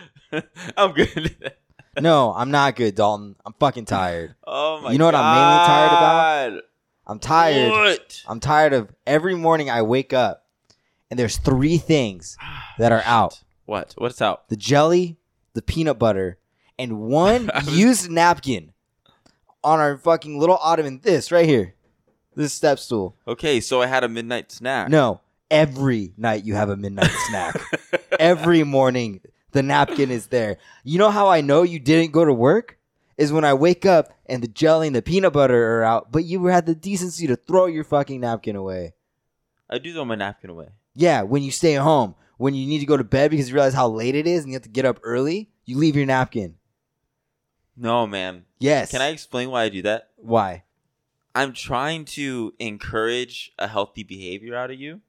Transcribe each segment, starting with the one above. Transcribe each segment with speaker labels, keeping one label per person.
Speaker 1: I'm good.
Speaker 2: No, I'm not good, Dalton. I'm fucking tired.
Speaker 1: Oh my!
Speaker 2: You know what I'm mainly tired about?
Speaker 1: God.
Speaker 2: I'm tired.
Speaker 1: What?
Speaker 2: I'm tired of every morning I wake up and there's three things
Speaker 1: Ah,
Speaker 2: that are out.
Speaker 1: What? What's out?
Speaker 2: the jelly, the peanut butter, and one
Speaker 1: I was-
Speaker 2: used napkin on our fucking little ottoman. This right here, this step stool.
Speaker 1: Okay, so I had a midnight snack.
Speaker 2: No, every night you have a midnight snack. Every morning the napkin is there. You know how I know you didn't go to work is when I wake up and the jelly and the peanut butter are out, but you had the decency to throw your fucking napkin away.
Speaker 1: I do throw my napkin away.
Speaker 2: Yeah, when you stay at home, when you need to go to bed because you realize how late it is and you have to get up early, you leave your napkin.
Speaker 1: No, man.
Speaker 2: Yes.
Speaker 1: Can I explain why I do that?
Speaker 2: Why?
Speaker 1: I'm trying to encourage a healthy behavior out of you,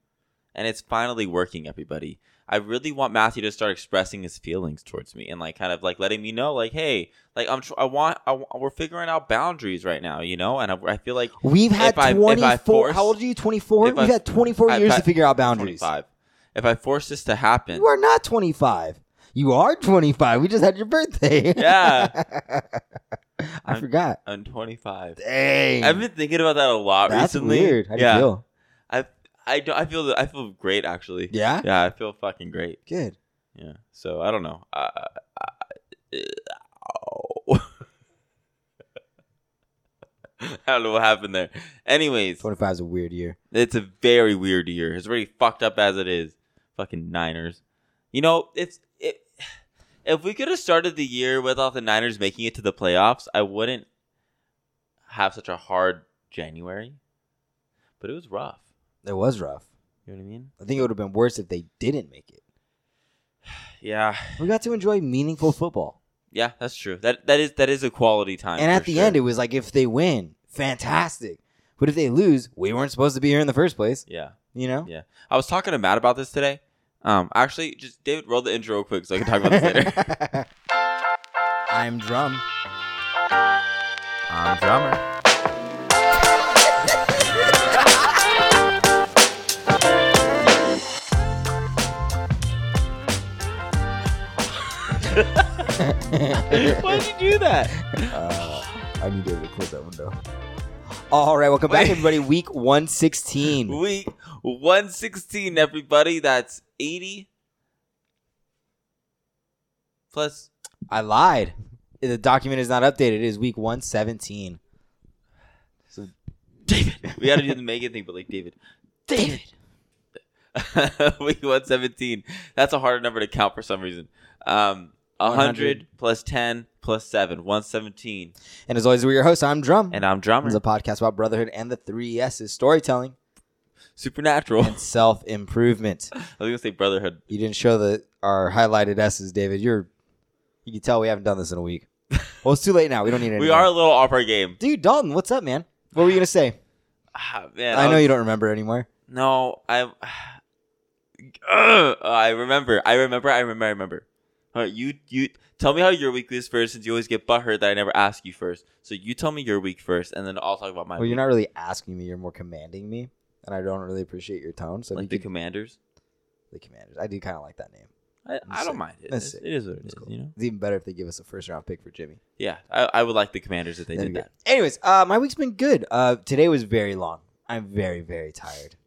Speaker 1: and it's finally working, everybody. I really want Matthew to start expressing his feelings towards me and like kind of like letting me know, like, hey, like I'm, tr- I want, I, wa- we're figuring out boundaries right now, you know, and I, I feel like
Speaker 2: We've had
Speaker 1: If I- if I
Speaker 2: 24.
Speaker 1: force-
Speaker 2: how old are you? 24?
Speaker 1: if
Speaker 2: We've
Speaker 1: I-
Speaker 2: had 24
Speaker 1: I've
Speaker 2: years
Speaker 1: had
Speaker 2: to figure out boundaries.
Speaker 1: 25. If I force this to happen,
Speaker 2: You are not 25. You are 25. We just had your birthday.
Speaker 1: Yeah.
Speaker 2: I
Speaker 1: I'm-
Speaker 2: forgot.
Speaker 1: I'm 25.
Speaker 2: Dang.
Speaker 1: I've been thinking about that a lot
Speaker 2: That's
Speaker 1: recently.
Speaker 2: weird. How do
Speaker 1: yeah,
Speaker 2: you feel?
Speaker 1: I don't. I feel. I feel great actually.
Speaker 2: Yeah?
Speaker 1: Yeah, I feel fucking great.
Speaker 2: Good.
Speaker 1: Yeah. So I don't know. Uh, uh, uh, I don't know what happened there. Anyways,
Speaker 2: 25 is a weird year.
Speaker 1: it's a very weird year. It's already fucked up as it is. Fucking Niners. You know, it's it. If we could have started the year without the Niners making it to the playoffs, I wouldn't have such a hard January. But it was rough.
Speaker 2: It was rough.
Speaker 1: You know what I mean?
Speaker 2: I think it would have been worse if they didn't make it.
Speaker 1: Yeah,
Speaker 2: We got to enjoy meaningful football.
Speaker 1: yeah, that's true. That that is that is a quality time.
Speaker 2: and
Speaker 1: for
Speaker 2: at the
Speaker 1: sure.
Speaker 2: end, it was like if they win, fantastic. But if they lose, we weren't supposed to be here in the first place.
Speaker 1: yeah.
Speaker 2: You know?
Speaker 1: Yeah. I was talking to Matt about this today. Um, actually, just David, roll the intro real quick so I can talk about this later.
Speaker 2: I'm drum.
Speaker 1: I'm drummer. Why'd you do that?
Speaker 2: Uh, I need to close that window. All right, welcome back,
Speaker 1: Wait.
Speaker 2: everybody. Week 116.
Speaker 1: Week 116, everybody. That's 80 plus.
Speaker 2: I lied. The document is not updated. It is week 117.
Speaker 1: David. We gotta do the Megan thing, but like David. David. Week one seventeen. That's a harder number to count for some reason. Um, hundred
Speaker 2: 100.
Speaker 1: plus ten plus seven. One seventeen.
Speaker 2: And as always, we're your hosts. I'm Drum.
Speaker 1: And I'm drummer.
Speaker 2: It's a podcast about brotherhood and the three S's storytelling
Speaker 1: Supernatural. I
Speaker 2: and self improvement.
Speaker 1: was gonna say brotherhood.
Speaker 2: You didn't show the our highlighted S's, David. You're you can tell we haven't done this in a week. Well, it's too late now. We don't need it.
Speaker 1: We
Speaker 2: anymore.
Speaker 1: are a little off our game.
Speaker 2: dude. Dalton, what's up, man? What were you gonna say?
Speaker 1: Ah, man,
Speaker 2: I know
Speaker 1: was-
Speaker 2: you don't remember anymore.
Speaker 1: No, I. Ugh, I remember. I remember. I remember. I remember. All right, you you tell me how your week is first, since you always get butthurt that I never ask you first. So you tell me your week first, and then I'll talk about my.
Speaker 2: Well, you're
Speaker 1: week.
Speaker 2: not really asking me. You're more commanding me, and I don't really appreciate your tone. So
Speaker 1: like
Speaker 2: you
Speaker 1: the
Speaker 2: could,
Speaker 1: Commanders.
Speaker 2: the Commanders. I do kind of like that name.
Speaker 1: I, I
Speaker 2: sick.
Speaker 1: don't mind it.
Speaker 2: That's
Speaker 1: It's-
Speaker 2: sick.
Speaker 1: It is what it
Speaker 2: It's
Speaker 1: is.
Speaker 2: cool.
Speaker 1: You know.
Speaker 2: It's even better if they give us a first round pick for Jimmy.
Speaker 1: Yeah, I, I would like the Commanders if they
Speaker 2: That'd
Speaker 1: did
Speaker 2: be
Speaker 1: that.
Speaker 2: good. Anyways, uh, my week's been good. Uh, today was very long. I'm very very tired.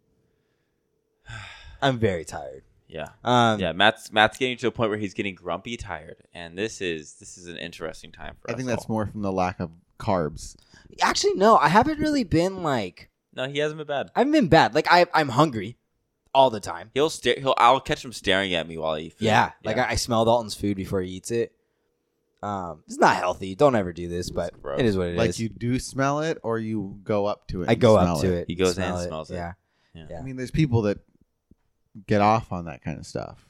Speaker 2: I'm very tired.
Speaker 1: Yeah,
Speaker 2: Um,
Speaker 1: yeah. Matt's Matt's getting to a point where he's getting grumpy, tired, and this is this is an interesting time for
Speaker 3: I
Speaker 1: us.
Speaker 3: think that's
Speaker 1: all.
Speaker 3: more from the lack of carbs.
Speaker 2: Actually, no. I haven't really been like
Speaker 1: no. He hasn't been bad.
Speaker 2: I've been bad. Like I I'm hungry all the time.
Speaker 1: He'll stare. He'll. I'll catch him staring at me while I eat. Food.
Speaker 2: Yeah, like I, I smell Dalton's food before he eats it. Um, it's not healthy. Don't ever do this, but
Speaker 1: gross.
Speaker 2: it is what it is.
Speaker 3: Like you do smell it, or you go up to it.
Speaker 2: I
Speaker 3: and
Speaker 2: go
Speaker 3: smell
Speaker 2: up to it.
Speaker 1: He goes in
Speaker 2: smell
Speaker 1: and smells it.
Speaker 2: Yeah.
Speaker 3: I mean, there's people that get off on that kind of stuff.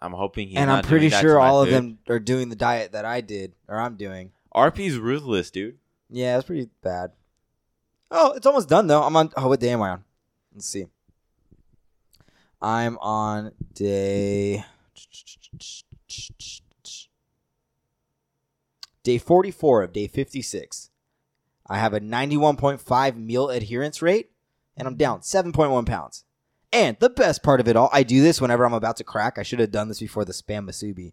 Speaker 1: I'm hoping he's.
Speaker 2: and
Speaker 1: not
Speaker 2: I'm pretty
Speaker 1: doing that
Speaker 2: sure
Speaker 1: to my
Speaker 2: all of
Speaker 1: food.
Speaker 2: them are doing the diet that I did or I'm doing.
Speaker 1: RP's ruthless, dude.
Speaker 2: Yeah, it's pretty bad. Oh, it's almost done though. I'm on. Oh, what day am I on? Let's see. I'm on day day 44 of day 56. I have a 91.5 meal adherence rate, and I'm down 7.1 pounds. And the best part of it all, I do this whenever I'm about to crack. I should have done this before the spam masubi.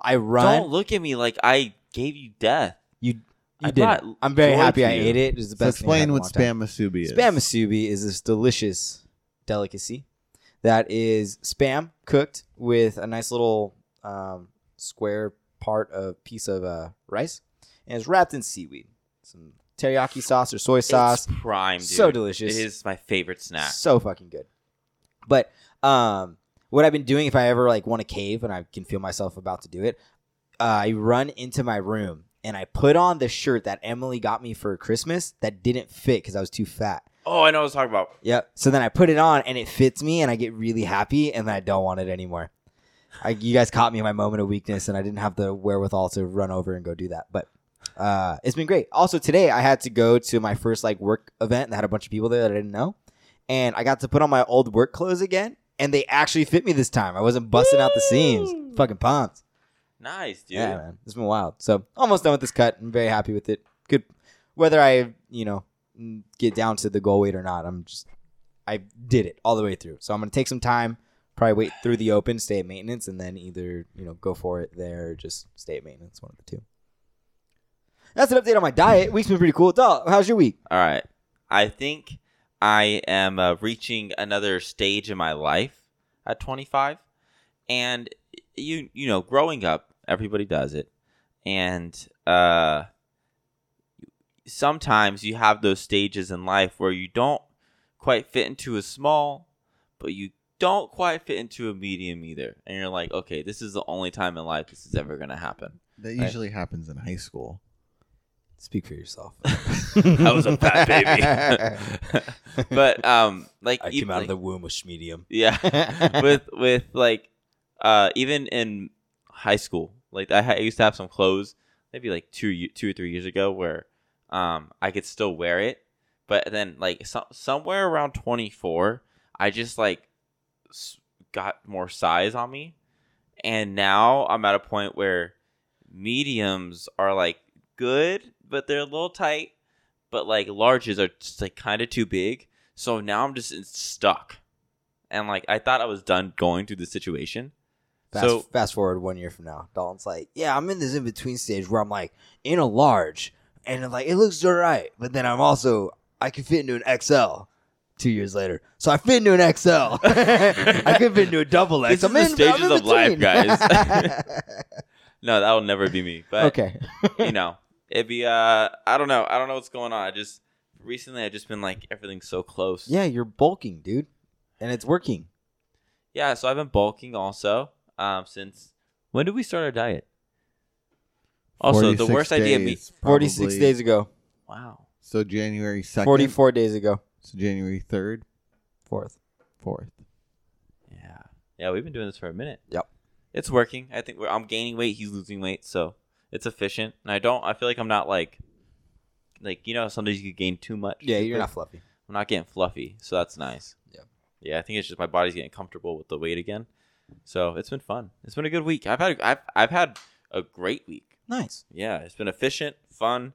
Speaker 2: I run.
Speaker 1: Don't look at me like I gave you death.
Speaker 2: you
Speaker 1: I
Speaker 2: you did.
Speaker 1: brought
Speaker 2: it. I'm very
Speaker 1: joy
Speaker 2: happy
Speaker 1: to
Speaker 2: I
Speaker 1: you.
Speaker 2: ate it. It was the
Speaker 3: So
Speaker 2: best. thing I had
Speaker 3: explain
Speaker 2: in a
Speaker 3: what
Speaker 2: long time.
Speaker 3: spam masubi is.
Speaker 2: Spam masubi is this delicious delicacy that is spam cooked with a nice little um, square part of piece of uh, rice, and it's wrapped in seaweed, some teriyaki sauce or soy sauce.
Speaker 1: It's prime, dude.
Speaker 2: so delicious.
Speaker 1: It is my favorite snack.
Speaker 2: So fucking good. But um, what I've been doing, if I ever like want to cave and I can feel myself about to do it, uh, I run into my room and I put on the shirt that Emily got me for Christmas that didn't fit because I was too fat.
Speaker 1: Oh, I know what I was talking about.
Speaker 2: Yep. So then I put it on and it fits me and I get really happy and then I don't want it anymore. I, you guys caught me in my moment of weakness and I didn't have the wherewithal to run over and go do that. But uh, it's been great. Also today I had to go to my first like work event and had a bunch of people there that I didn't know. And I got to put on my old work clothes again and they actually fit me this time. I wasn't busting out the seams. Fucking pumped.
Speaker 1: Nice, dude.
Speaker 2: Yeah, man. It's been wild. So almost done with this cut. I'm very happy with it. Good. Whether I, you know, get down to the goal weight or not, I'm just, I did it all the way through. So I'm going to take some time, probably wait through the open, stay at maintenance, and then either, you know, go for it there or just stay at maintenance, one of the two. That's an update on my diet. Week's been pretty cool. Dal, how's your week?
Speaker 1: All right. I think I am uh, reaching another stage in my life at 25. And you you know, growing up, everybody does it. And uh sometimes you have those stages in life where you don't quite fit into a small, but you don't quite fit into a medium either. And you're like, "Okay, this is the only time in life this is ever going to happen."
Speaker 3: That
Speaker 1: Right.
Speaker 3: usually happens in high school.
Speaker 2: Speak for yourself.
Speaker 1: I was a fat baby. but um like
Speaker 2: I
Speaker 1: you-
Speaker 2: came out
Speaker 1: like-
Speaker 2: of the womb with schmedium.
Speaker 1: Yeah. with with like uh even in high school like I, ha- I used to have some clothes maybe like two ye- two or three years ago where um i could still wear it but then like so- somewhere around 24 i just like s- got more size on me and now i'm at a point where mediums are like good but they're a little tight but like larges are just like kind of too big so now i'm just in- stuck and like i thought i was done going through the situation
Speaker 2: Fast,
Speaker 1: So-
Speaker 2: fast forward one year from now, Dalton's like, yeah, I'm in this in between stage where I'm like in a large, and I'm like it looks all right, but then I'm also I can fit into an XL. Two years later, so I fit into an XL. I could fit into a double X.
Speaker 1: This
Speaker 2: I'm
Speaker 1: is
Speaker 2: in,
Speaker 1: the
Speaker 2: I'm
Speaker 1: stages
Speaker 2: in
Speaker 1: of life,
Speaker 2: between.
Speaker 1: guys. no that'll never be me but
Speaker 2: okay,
Speaker 1: you know, it'd be uh I don't know. I don't know what's going on. I just recently I've just been like everything's so close.
Speaker 2: yeah, you're bulking, dude, and it's working.
Speaker 1: Yeah, so I've been bulking also. Um since when did we start our diet? Also, the
Speaker 3: 46
Speaker 1: worst idea me
Speaker 3: days,
Speaker 2: Forty six
Speaker 3: probably.
Speaker 2: days ago,
Speaker 1: Wow.
Speaker 3: So January second.
Speaker 2: forty four days ago,
Speaker 3: So January third,
Speaker 2: fourth.
Speaker 3: fourth.
Speaker 1: Yeah. Yeah, we've been doing this for a minute.
Speaker 2: Yep.
Speaker 1: It's working. I think we're, I'm gaining weight, he's losing weight, so it's efficient. And I don't I feel like I'm not like like you know, sometimes you could gain too much.
Speaker 2: Yeah, you're not fluffy.
Speaker 1: I'm not getting fluffy, so that's nice.
Speaker 2: Yeah.
Speaker 1: Yeah, I think it's just my body's getting comfortable with the weight again. So it's been fun. It's been a good week. I've had I've I've had a great week.
Speaker 2: Nice.
Speaker 1: Yeah, it's been efficient, fun,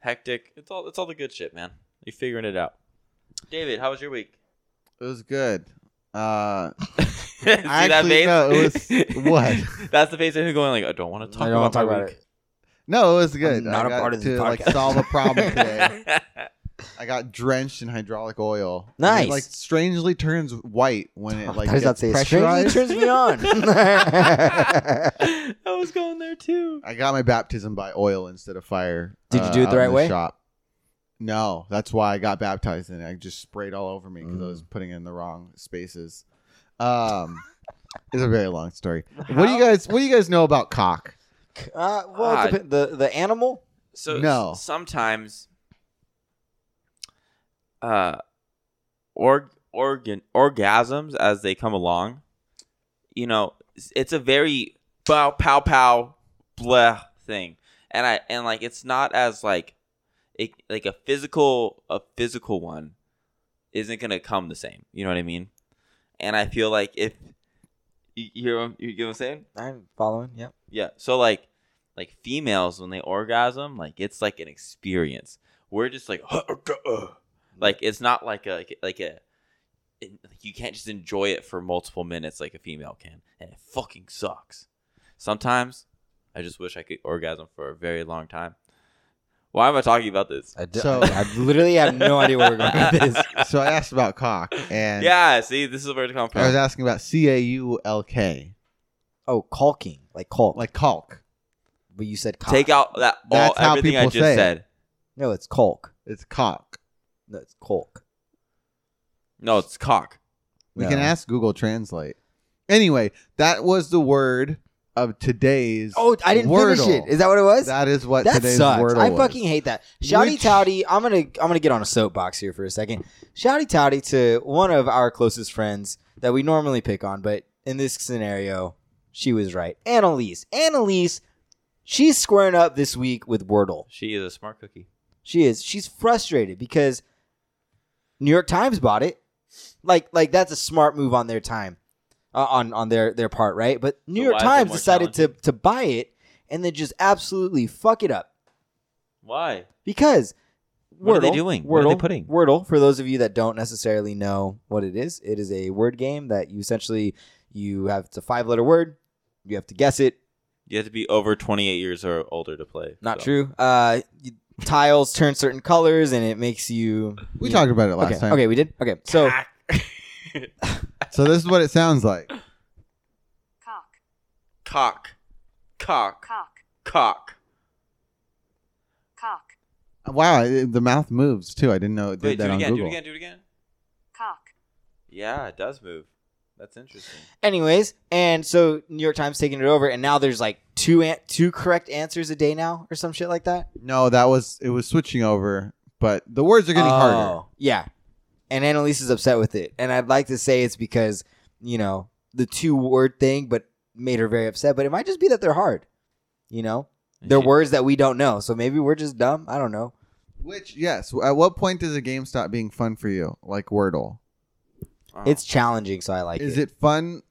Speaker 1: hectic. It's all it's all the good shit, man. You're figuring it out. David, how was your week?
Speaker 3: It was good. Uh,
Speaker 1: See that
Speaker 3: Actually,
Speaker 1: face?
Speaker 3: no, it was- what?
Speaker 1: That's the face of who going like, I don't want to talk
Speaker 2: I don't
Speaker 1: about
Speaker 2: want to
Speaker 1: my
Speaker 2: talk about
Speaker 1: week.
Speaker 2: it.
Speaker 3: no, it was good.
Speaker 2: not a
Speaker 3: I got
Speaker 2: part of this
Speaker 3: to, like
Speaker 2: podcast.
Speaker 3: solve a problem today. I got drenched in hydraulic oil. And
Speaker 2: Nice.
Speaker 3: It, like strangely turns white when it like
Speaker 2: I was about
Speaker 3: gets
Speaker 2: to say, it strangely
Speaker 3: pressurized.
Speaker 2: turns me on.
Speaker 1: I was going there too.
Speaker 3: I got my baptism by oil instead of fire.
Speaker 2: Did you do it the
Speaker 3: out in
Speaker 2: right way?
Speaker 3: Shop. No, that's why I got baptized in it. I just sprayed all over me because I
Speaker 2: Mm.
Speaker 3: was putting it in the wrong spaces. Um, it's a very long story. What do you guys? What do you guys know about cock?
Speaker 2: Uh, well,
Speaker 1: Ah.
Speaker 2: it depen- the the animal.
Speaker 1: So
Speaker 3: No.
Speaker 1: s- sometimes uh org organ orgasms as they come along, you know, s- it's a very pow pow pow blah thing. And I and like it's not as like it like a physical a physical one isn't gonna come the same. You know what I mean? And I feel like if you you hear what- you get what I'm saying?
Speaker 2: I'm following. Yeah.
Speaker 1: Yeah. So like like females when they orgasm, like it's like an experience. We're just like like it's not like a like a it- you can't just enjoy it for multiple minutes like a female can, and it fucking sucks. Sometimes I just wish I could orgasm for a very long time. Why am I talking about this?
Speaker 2: I, d-
Speaker 3: So-
Speaker 2: I literally have no idea where we're going with this.
Speaker 3: So I asked about cock, and
Speaker 1: Yeah, see, this is where it comes
Speaker 3: I was
Speaker 1: from.
Speaker 3: asking about C A U L K,
Speaker 2: Oh, caulking, like caulk. Like,
Speaker 3: like caulk.
Speaker 2: but you said cock.
Speaker 1: Take out that all
Speaker 3: That's how
Speaker 1: everything I
Speaker 3: people
Speaker 1: just
Speaker 3: say it.
Speaker 1: said.
Speaker 2: No, it's caulk.
Speaker 3: It's cock.
Speaker 2: No, it's caulk.
Speaker 1: No, it's cock.
Speaker 3: We
Speaker 2: No.
Speaker 3: can ask Google Translate. Anyway, that was the word of today's.
Speaker 2: Oh, I didn't finish
Speaker 3: Wordle.
Speaker 2: it. Is that what it was?
Speaker 3: that is what
Speaker 2: that
Speaker 3: today's
Speaker 2: sucks.
Speaker 3: word
Speaker 2: I fucking hate that. Shouty
Speaker 3: Which-
Speaker 2: touty. I'm gonna I'm gonna get on a soapbox here for a second. Shouty touty to one of our closest friends that we normally pick on, but in this scenario, she was right. Annalise. Annalise, she's squaring up this week with Wordle.
Speaker 1: She is a smart cookie.
Speaker 2: She is. She's frustrated because New York Times bought it. Like like that's a smart move on their time, uh, on on their their part, right? But New
Speaker 1: So why
Speaker 2: York
Speaker 1: is it
Speaker 2: Times
Speaker 1: more
Speaker 2: decided to to buy it and then just absolutely fuck it up.
Speaker 1: Why?
Speaker 2: Because
Speaker 1: What are they
Speaker 2: Wordle-
Speaker 1: doing?
Speaker 2: Wordle,
Speaker 1: What are they putting?
Speaker 2: Wordle. For those of you that don't necessarily know what it is, it is a word game that you essentially you have it's a five letter word. You have to guess it.
Speaker 1: You have to be over 28 years or older to play.
Speaker 2: Not
Speaker 1: so.
Speaker 2: true. Uh, you- tiles turn certain colors, and it makes you.
Speaker 3: We
Speaker 2: you-
Speaker 3: talked about it last
Speaker 2: Okay.
Speaker 3: time.
Speaker 2: Okay, we did. Okay, so
Speaker 3: So this is what it sounds like.
Speaker 4: cock,
Speaker 1: Cock. Cock.
Speaker 4: cock,
Speaker 1: Cock.
Speaker 4: cock,
Speaker 3: Wow, it- the mouth moves too. I didn't know it did
Speaker 1: Wait, do
Speaker 3: that
Speaker 1: it
Speaker 3: on
Speaker 1: again. Do
Speaker 3: Google.
Speaker 1: it again. Do it again.
Speaker 4: cock,
Speaker 1: Yeah, it does move. That's interesting.
Speaker 2: anyways, and so New York Times taking it over, and now there's like two an- two correct answers a day now, or some shit like that.
Speaker 3: No, that was it was switching over, but the words are getting harder.
Speaker 2: Oh, Yeah. And Annalise is upset with it. And I'd like to say it's because, you know, the two word thing, but made her very upset. But it might just be that they're hard. You know? They're
Speaker 1: She-
Speaker 2: words that we don't know. So maybe we're just dumb. I don't know.
Speaker 3: Which yes, at what point does a game stop being fun for you? Like Wordle.
Speaker 1: Oh.
Speaker 2: It's challenging, so I like
Speaker 3: is
Speaker 2: it.
Speaker 3: it fun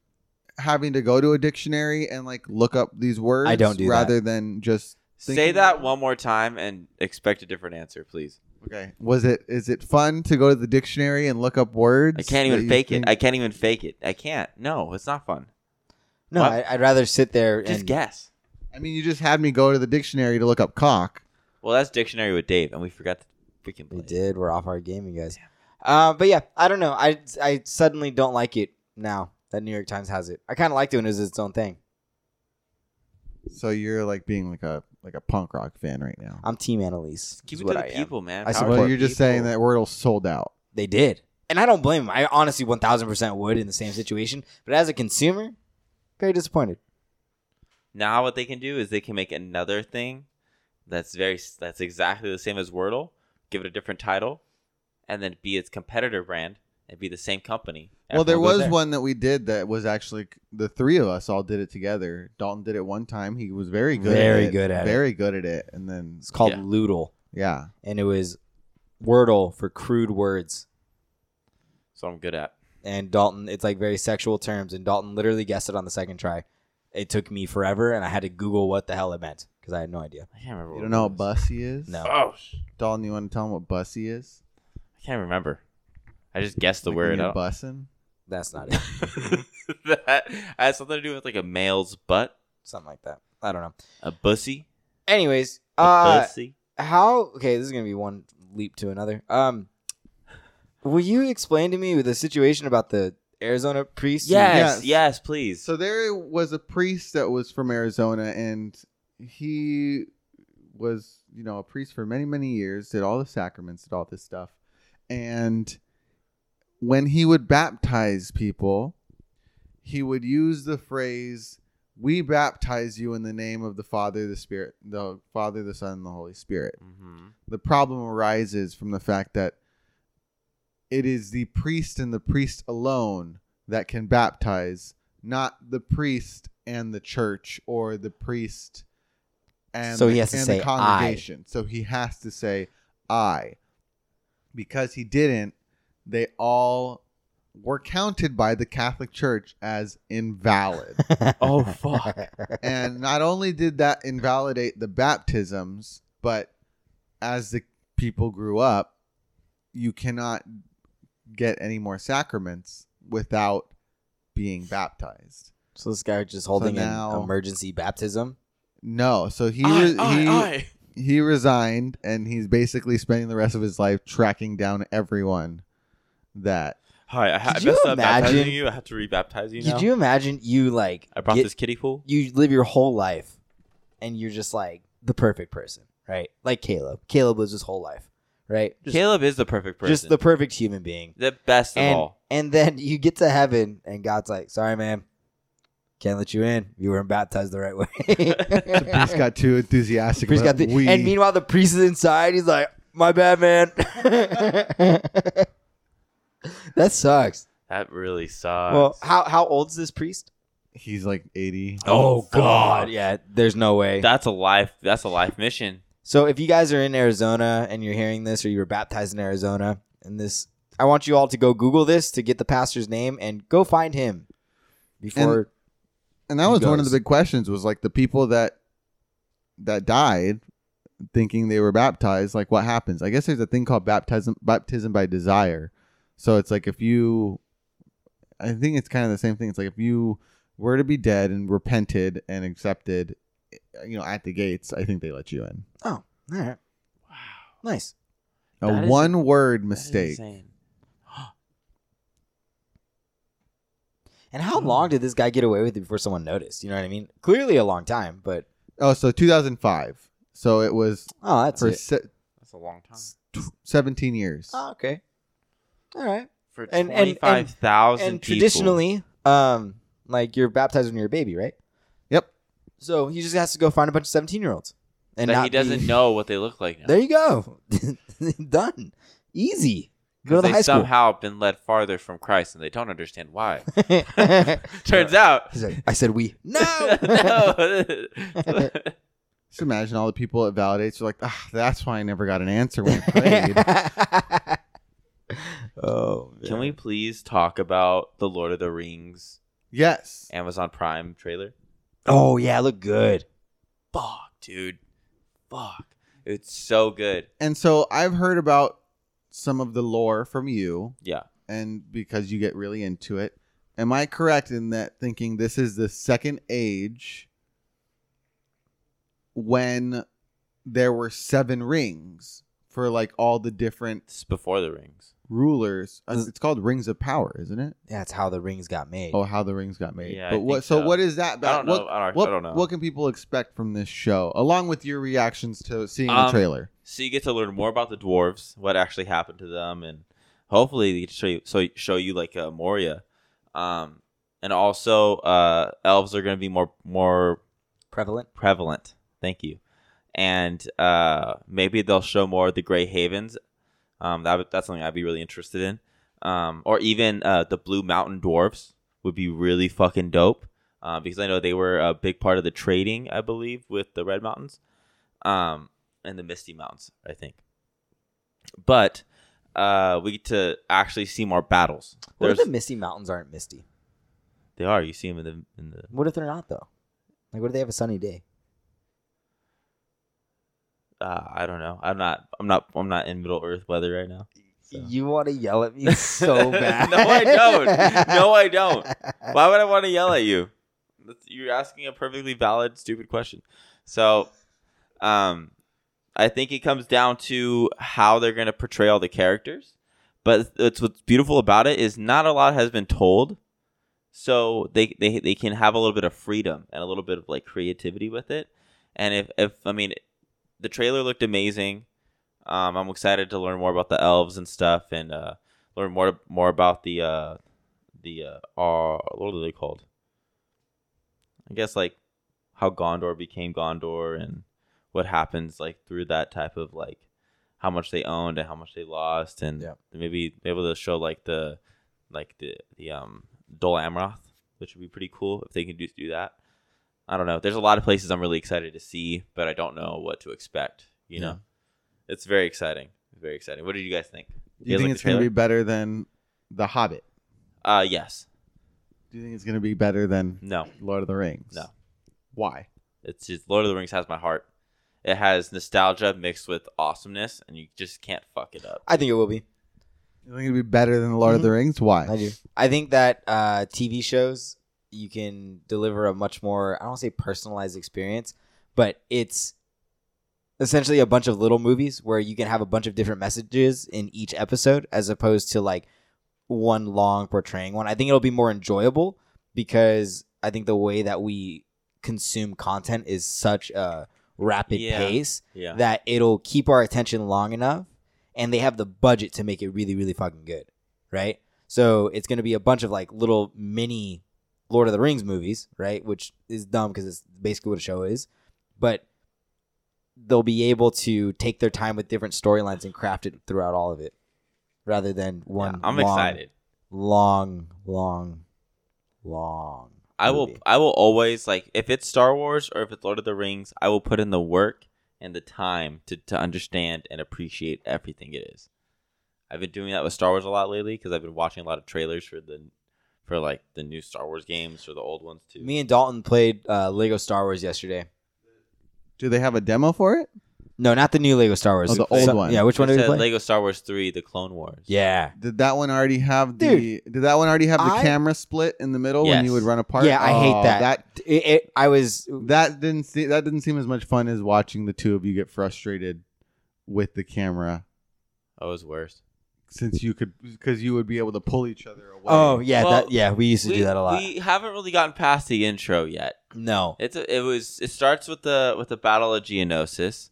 Speaker 3: having to go to a dictionary and like look up these words
Speaker 2: I don't do
Speaker 3: rather than just
Speaker 1: Say
Speaker 3: thinking-
Speaker 1: that one more time and expect a different answer, please.
Speaker 3: Okay. Was it is it fun to go to the dictionary and look up words?
Speaker 1: I can't
Speaker 3: that
Speaker 1: even
Speaker 3: you
Speaker 1: fake
Speaker 3: think-
Speaker 1: it. I can't even fake it. I can't. No, it's not fun.
Speaker 2: No,
Speaker 1: What?
Speaker 2: I, I'd rather sit there
Speaker 1: Just
Speaker 2: and
Speaker 1: guess.
Speaker 3: I mean, you just had me go to the dictionary to look up cock.
Speaker 1: Well, that's dictionary with Dave, and we forgot to freaking play.
Speaker 2: We
Speaker 1: it.
Speaker 2: did. We're off our game, you guys. Uh, but yeah, I don't know. I, I suddenly don't like it now that New York Times has it. I kind of liked it when it was its own thing.
Speaker 3: So you're like being like a like a punk rock fan right now.
Speaker 2: I'm Team Annalise.
Speaker 1: Keep
Speaker 2: is
Speaker 1: it
Speaker 2: what
Speaker 1: to
Speaker 2: I
Speaker 1: the
Speaker 2: am.
Speaker 1: people, man. Power
Speaker 2: I support
Speaker 1: to
Speaker 3: Well,
Speaker 1: the
Speaker 3: you're just
Speaker 1: people.
Speaker 3: saying that Wordle sold out.
Speaker 2: They did. And I don't blame them. I honestly 1000% would in the same situation. But as a consumer, very disappointed.
Speaker 1: Now what they can do is they can make another thing that's very that's exactly the same as Wordle, give it a different title, and then be its competitor brand and be the same company.
Speaker 3: well, there
Speaker 1: Everyone goes
Speaker 3: was
Speaker 1: there.
Speaker 3: one that we did that was actually the three of us all did it together. Dalton did it one time. He was very good.
Speaker 2: Very
Speaker 3: at it,
Speaker 2: good at it.
Speaker 3: Very good at it. And then
Speaker 2: It's called
Speaker 1: Yeah.
Speaker 2: Loodle.
Speaker 3: yeah,
Speaker 2: And it was Wordle for crude words.
Speaker 1: so I'm good at.
Speaker 2: And Dalton, it's like very sexual terms. And Dalton literally guessed it on the second try. It took me forever. And I had to Google what the hell it meant because I had no idea.
Speaker 1: I can't remember. what
Speaker 3: you don't
Speaker 1: it
Speaker 3: know what
Speaker 1: was.
Speaker 3: bussy is.
Speaker 2: No.
Speaker 1: Oh, sh-
Speaker 3: Dalton, you want to tell him what bussy is?
Speaker 1: I can't remember. I just guessed the
Speaker 3: Like when
Speaker 1: word. I
Speaker 3: You're
Speaker 1: don't-
Speaker 3: bussing.
Speaker 2: That's not it.
Speaker 1: that has something to do with like a male's butt,
Speaker 2: Something like that. I don't know.
Speaker 1: a bussy,
Speaker 2: Anyways,
Speaker 1: a
Speaker 2: uh,
Speaker 1: bussy.
Speaker 2: how okay this is gonna be one leap to another um will you explain to me the situation about the arizona priest who-
Speaker 1: Yes, yes,
Speaker 3: yes.
Speaker 1: please.
Speaker 3: So there was a priest that was from Arizona, and he was, you know, a priest for many, many years, did all the sacraments, did all this stuff. And when he would baptize people, he would use the phrase, We baptize you in the name of the Father, the Spirit, the Father, the Son, and the Holy Spirit
Speaker 1: mm-hmm.
Speaker 3: the problem arises from the fact that it is the priest and the priest alone that can baptize, not the priest and the church or the priest and,
Speaker 2: So
Speaker 3: the,
Speaker 2: he has to
Speaker 3: and
Speaker 2: say,
Speaker 3: the
Speaker 2: "I."
Speaker 3: congregation. So he has to say I. Because he didn't, they all were counted by the Catholic Church as invalid
Speaker 1: Oh, fuck.
Speaker 3: and not only did that invalidate the baptisms, but as the people grew up, you cannot get any more sacraments without being baptized.
Speaker 2: So this guy was just holding an
Speaker 3: now-
Speaker 2: emergency baptism.
Speaker 3: No, so he
Speaker 1: I,
Speaker 3: re-
Speaker 1: I,
Speaker 3: he
Speaker 1: I.
Speaker 3: he resigned, and he's basically spending the rest of his life tracking down everyone that
Speaker 1: Hi, I, ha- I
Speaker 2: Could
Speaker 1: messed
Speaker 2: you
Speaker 1: up baptizing
Speaker 2: imagine-
Speaker 1: you. I have to rebaptize you now.
Speaker 2: Could you imagine you like
Speaker 1: I brought
Speaker 2: get-
Speaker 1: this kiddie pool.
Speaker 2: you live your whole life and you're just like the perfect person, right? Like Caleb. Caleb was his whole life, right? Just,
Speaker 1: Caleb is the perfect person.
Speaker 2: just the perfect human being.
Speaker 1: the best of
Speaker 2: and
Speaker 1: all.
Speaker 2: and then you get to heaven and God's like, "Sorry, man. Can't let you in. You weren't baptized the right way."
Speaker 1: The
Speaker 3: priest got too enthusiastic.
Speaker 2: Priest
Speaker 3: about
Speaker 2: Ah. got the-
Speaker 3: we,
Speaker 2: and meanwhile the priest is inside. He's like, "My bad, man." that sucks.
Speaker 1: That really sucks.
Speaker 2: Well, how how old's this priest?
Speaker 3: he's like eighty.
Speaker 1: Oh, God.
Speaker 2: yeah. There's no way.
Speaker 1: that's a life. That's a life mission.
Speaker 2: So if you guys are in Arizona and you're hearing this, or you were baptized in Arizona, and this, I want you all to go Google this to get the pastor's name and go find him before.
Speaker 3: And that
Speaker 2: He
Speaker 3: was one of
Speaker 2: goes.
Speaker 3: the big questions was like the people that that died thinking they were baptized, like what happens? I guess there's a thing called baptism baptism by desire. So it's like if you I think it's kind of the same thing. It's like if you were to be dead and repented and accepted eh, you know at the gates, I think they let you in.
Speaker 2: All right. Wow. Nice.
Speaker 1: That
Speaker 3: A
Speaker 1: is-
Speaker 3: one word
Speaker 1: That is
Speaker 3: mistake.
Speaker 1: insane.
Speaker 2: And how long did this guy get away with it before someone noticed? You know what I mean? Clearly a long time, but
Speaker 3: Oh, so 2005. So it was
Speaker 2: oh, that's
Speaker 3: for
Speaker 2: it.
Speaker 3: se-
Speaker 1: That's a long time.
Speaker 3: 17 years.
Speaker 2: Oh, okay. All right.
Speaker 1: For
Speaker 2: and- and- and-
Speaker 1: twenty five thousand.
Speaker 2: And traditionally, um, like you're baptized when you're a baby, right?
Speaker 3: Yep.
Speaker 2: So he just has to go find a bunch of 17 year olds, and
Speaker 1: that
Speaker 2: not
Speaker 1: he
Speaker 2: be-
Speaker 1: doesn't know what they look like. Now.
Speaker 2: There you go. Done. Easy. Go to
Speaker 1: they
Speaker 2: high school.
Speaker 1: somehow been led farther from Christ, and they don't understand why. Turns
Speaker 2: Turns
Speaker 1: out,
Speaker 2: He's like, I said we. No.
Speaker 1: no.
Speaker 3: Just imagine all the people it validates. You're like, ah, that's why I never got an answer when I prayed.
Speaker 2: oh,
Speaker 1: Can we please talk about the Lord of the Rings
Speaker 3: yes.
Speaker 1: Amazon Prime trailer?
Speaker 2: Oh yeah, look good.
Speaker 1: Fuck, dude. Fuck. It's so good.
Speaker 3: And so I've heard about some of the lore from you,
Speaker 1: Yeah.
Speaker 3: and because you get really into it, am I correct in that thinking this is the second age when there were seven rings for like all the different
Speaker 1: It's before the rings.
Speaker 3: rulers? Uh, It's called rings of power, isn't it?
Speaker 2: That's how the rings got made.
Speaker 3: Oh, how the rings got made.
Speaker 1: Yeah, I
Speaker 3: but what?
Speaker 1: think
Speaker 3: So,
Speaker 1: so.
Speaker 3: what is that?
Speaker 1: I don't
Speaker 3: about?
Speaker 1: know.
Speaker 3: What,
Speaker 1: I, don't,
Speaker 3: what,
Speaker 1: I don't know.
Speaker 3: What can people expect from this show, along with your reactions to seeing the
Speaker 1: Um,
Speaker 3: trailer?
Speaker 1: so you get to learn more about the dwarves, what actually happened to them, and hopefully they get to show you, so show you like uh, Moria. Um, and also, uh, elves are going to be more more
Speaker 2: Prevalent.
Speaker 1: prevalent. Thank you. And uh, maybe they'll show more of the Grey Havens. Um, that, would- that's something I'd be really interested in. Um, or even uh, the Blue Mountain Dwarves would be really fucking dope uh, because I know they were a big part of the trading, I believe, with the Red Mountains um, and the Misty Mountains, I think. But uh, we get to actually see more battles.
Speaker 2: What if
Speaker 1: There's-
Speaker 2: the Misty Mountains aren't misty?
Speaker 1: they are. You see them in the in the
Speaker 2: What if they're not though? Like, what if they have a sunny day?
Speaker 1: uh, I don't know. I'm not. I'm not. I'm not in Middle Earth weather right now. So.
Speaker 2: You want to yell at me so bad.
Speaker 1: no, I don't. No, I don't. Why would I want to yell at you? That's- You're asking a perfectly valid, stupid question. So, um, I think it comes down to how they're going to portray all the characters. But it's what's beautiful about it is not a lot has been told, so they they they can have a little bit of freedom and a little bit of like creativity with it. And if if I mean, the trailer looked amazing. Um, I'm excited to learn more about the elves and stuff, and uh, learn more more about the uh, the uh, uh what are they called? I guess like how Gondor became Gondor and what happens like through that type of like how much they owned and how much they lost and
Speaker 2: Yep.
Speaker 1: maybe able to show like the like the the um Dol Amroth, which would be pretty cool if they can do do that. I don't know. There's a lot of places I'm really excited to see, but I don't know what to expect. You know, it's very exciting. Very exciting. What did you guys think?
Speaker 3: Do you
Speaker 1: Did
Speaker 3: think
Speaker 1: look
Speaker 3: it's
Speaker 1: at the
Speaker 3: going to be
Speaker 1: trailer?
Speaker 3: better than The Hobbit?
Speaker 1: Uh, yes.
Speaker 3: Do you think it's going to be better than
Speaker 1: No.
Speaker 3: Lord of the Rings?
Speaker 1: No.
Speaker 3: Why?
Speaker 1: It's just Lord of the Rings has my heart. It has nostalgia mixed with awesomeness, and you just can't fuck it up.
Speaker 2: I think it will be.
Speaker 3: You think it'll be better than Lord of the Rings? Why?
Speaker 2: I do. I think that uh, TV shows you can deliver a much more I don't say personalized experience, but it's essentially a bunch of little movies where you can have a bunch of different messages in each episode as opposed to like one long portraying one. I think it'll be more enjoyable because I think the way that we consume content is such a rapid
Speaker 1: Yeah.
Speaker 2: pace
Speaker 1: Yeah.
Speaker 2: that it'll keep our attention long enough and they have the budget to make it really really fucking good right so it's going to be a bunch of like little mini lord of the rings movies right which is dumb because it's basically what a show is but they'll be able to take their time with different storylines and craft it throughout all of it rather than one
Speaker 1: I'm
Speaker 2: long,
Speaker 1: excited.
Speaker 2: long long long
Speaker 1: I will
Speaker 2: movie.
Speaker 1: I will always like if it's Star Wars or if it's Lord of the Rings, I will put in the work and the time to, to understand and appreciate everything it is. I've been doing that with Star Wars a lot lately because I've been watching a lot of trailers for the for like the new Star Wars games or the old ones too.
Speaker 2: me and dalton played uh, lego star wars yesterday
Speaker 3: Do they have a demo for it?
Speaker 2: no not the new lego star wars
Speaker 3: Oh, the old one.
Speaker 2: yeah which one
Speaker 1: It
Speaker 2: did we
Speaker 1: said
Speaker 2: play
Speaker 1: Lego Star Wars 3 The Clone Wars.
Speaker 2: Yeah.
Speaker 3: Did that one already have the? did that one already have the
Speaker 2: I-
Speaker 3: camera split in the middle when
Speaker 1: Yes.
Speaker 3: you would run apart?
Speaker 2: Yeah, I hate
Speaker 3: Oh,
Speaker 2: that.
Speaker 3: That
Speaker 2: It, it- I was oh,
Speaker 3: that didn't see, that didn't seem as much fun as watching the two of you get frustrated with the camera
Speaker 1: That was worse.
Speaker 3: since you could because you would be able to pull each other away.
Speaker 2: Oh, yeah,
Speaker 1: Well,
Speaker 2: that yeah, we used to
Speaker 1: we,
Speaker 2: do that a lot.
Speaker 1: we haven't really gotten past the intro yet.
Speaker 2: no.
Speaker 1: It's a, it was it starts with the with the Battle of Geonosis,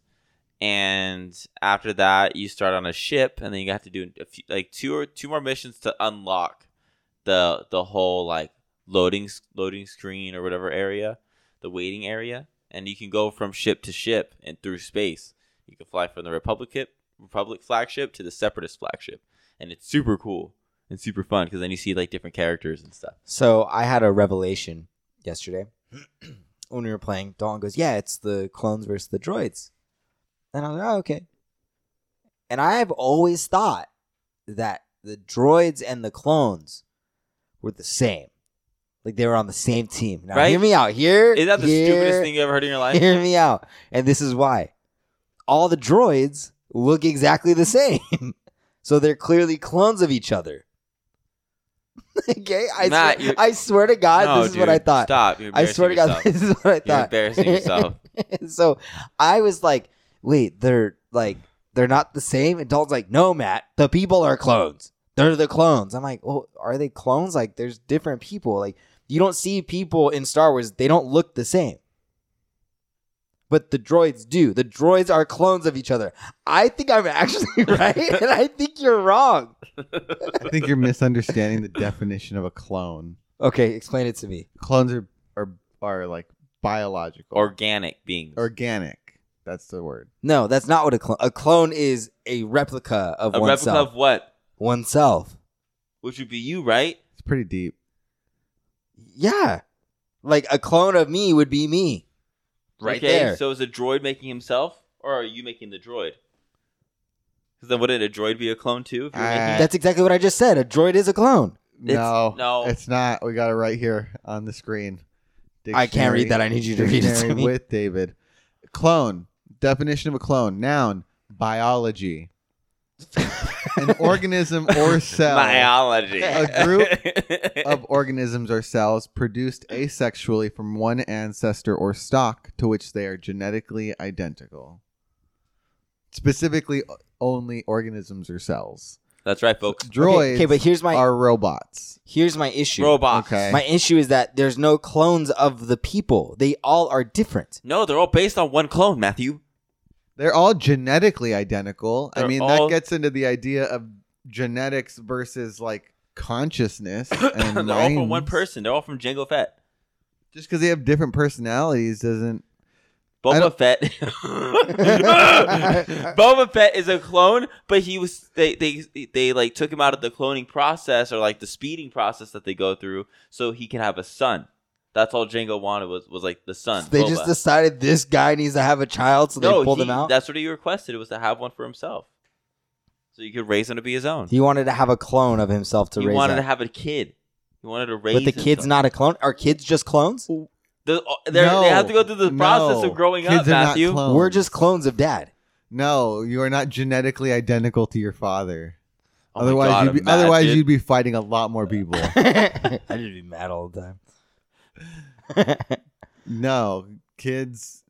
Speaker 1: and after that you start on a ship, and then you have to do a few, like two or two more missions to unlock the the whole like loading s- loading screen or whatever area, the waiting area, and you can go from ship to ship and through space. You can fly from the Republic ship- Republic flagship to the Separatist flagship, and it's super cool and super fun because then you see like different characters and stuff.
Speaker 2: So I had a revelation yesterday when we were playing. Dalton goes, "Yeah, it's the clones versus the droids," and I was like, "Oh, okay." And I've always thought that the droids and the clones were the same, like they were on the same team. Now
Speaker 1: Right?
Speaker 2: hear me out. Here
Speaker 1: Is that the
Speaker 2: here-
Speaker 1: stupidest thing you ever heard in your life?
Speaker 2: Hear me out. And this is why. All the droids look exactly the same. so they're clearly clones of each other. okay? I,
Speaker 1: Matt,
Speaker 2: swear,
Speaker 1: you're-
Speaker 2: I swear to God,
Speaker 1: No,
Speaker 2: this is what I
Speaker 1: dude,
Speaker 2: thought.
Speaker 1: Stop. You're
Speaker 2: I swear to God,
Speaker 1: embarrassing
Speaker 2: this is what I thought.
Speaker 1: embarrassing yourself.
Speaker 2: so I was like, wait, they're like, they're not the same? And Dalton's like, no, Matt, the people are clones. They're the clones. I'm like, well, are they clones? Like, there's different people. Like, you don't see people in Star Wars, they don't look the same. But the droids do. The droids are clones of each other. I think I'm actually right, and I think you're wrong.
Speaker 3: I think you're misunderstanding the definition of a clone.
Speaker 2: Okay, explain it to me.
Speaker 3: Clones are are are like biological,
Speaker 1: Organic beings.
Speaker 3: organic. That's the word.
Speaker 2: No, that's not what a clone. A clone is a replica of
Speaker 1: a replica
Speaker 2: oneself.
Speaker 1: of what?
Speaker 2: oneself.
Speaker 1: Which would be you, right?
Speaker 3: It's pretty deep.
Speaker 2: Yeah. Like a clone of me would be me. Right there.
Speaker 1: So is a droid making himself, or are you making the droid? 'Cause then wouldn't a droid be a clone too? If you're
Speaker 3: Uh,
Speaker 1: making it?
Speaker 2: That's exactly what I just said. A droid is a clone.
Speaker 1: It's-
Speaker 3: no,
Speaker 1: no.
Speaker 3: it's not. We got it right here on the screen.
Speaker 2: I can't read
Speaker 3: Dictionary-
Speaker 2: that. I need you to read it to
Speaker 3: Dictionary
Speaker 2: me.
Speaker 3: with David. Clone. Definition of a clone. Noun. Biology. An organism or cell
Speaker 1: biology.
Speaker 3: uh, A group of organisms or cells produced asexually from one ancestor or stock to which they are genetically identical. Specifically, o- only organisms or cells.
Speaker 1: That's right, folks.
Speaker 3: Droids
Speaker 2: Okay, okay, but here's my
Speaker 3: are robots.
Speaker 2: here's my issue.
Speaker 1: Robots.
Speaker 3: Okay.
Speaker 2: My issue is that there's no clones of the people. They all are different.
Speaker 1: No, they're all based on one clone, Matthew.
Speaker 3: They're all genetically identical. I
Speaker 1: They're
Speaker 3: mean,
Speaker 1: all-
Speaker 3: that gets into the idea of genetics versus like consciousness and
Speaker 1: they're all from
Speaker 3: minds.
Speaker 1: one person. They're all from Jango Fett.
Speaker 3: Just because they have different personalities doesn't. I
Speaker 1: Boba
Speaker 3: don't-
Speaker 1: Fett. Boba Fett is a clone, but he was they they they like took him out of the cloning process or like the speeding process that they go through, so he can have a son. That's all Django wanted was was like the son.
Speaker 2: They
Speaker 1: Boba.
Speaker 2: just decided this guy needs to have a child, so they
Speaker 1: no,
Speaker 2: pulled
Speaker 1: he-
Speaker 2: him out.
Speaker 1: That's what he requested was to have one for himself, so you could raise him to be his own. He,
Speaker 2: He wanted to have a clone of himself to raise.
Speaker 1: wanted
Speaker 2: up.
Speaker 1: to have a kid. He wanted to raise.
Speaker 2: but the kid's not a clone. Are kids just clones?
Speaker 1: The, they're-
Speaker 3: No,
Speaker 1: they have to go through the process
Speaker 3: no.
Speaker 1: of growing
Speaker 3: Kids
Speaker 1: up,
Speaker 3: are not
Speaker 1: Matthew.
Speaker 3: clones.
Speaker 2: We're just clones of dad.
Speaker 3: No, you are not genetically identical to your father.
Speaker 1: Oh my
Speaker 3: otherwise,
Speaker 1: God,
Speaker 3: you'd be,
Speaker 1: imagine.
Speaker 3: otherwise you'd be fighting a lot more people.
Speaker 2: I just be mad all the time.
Speaker 3: No, kids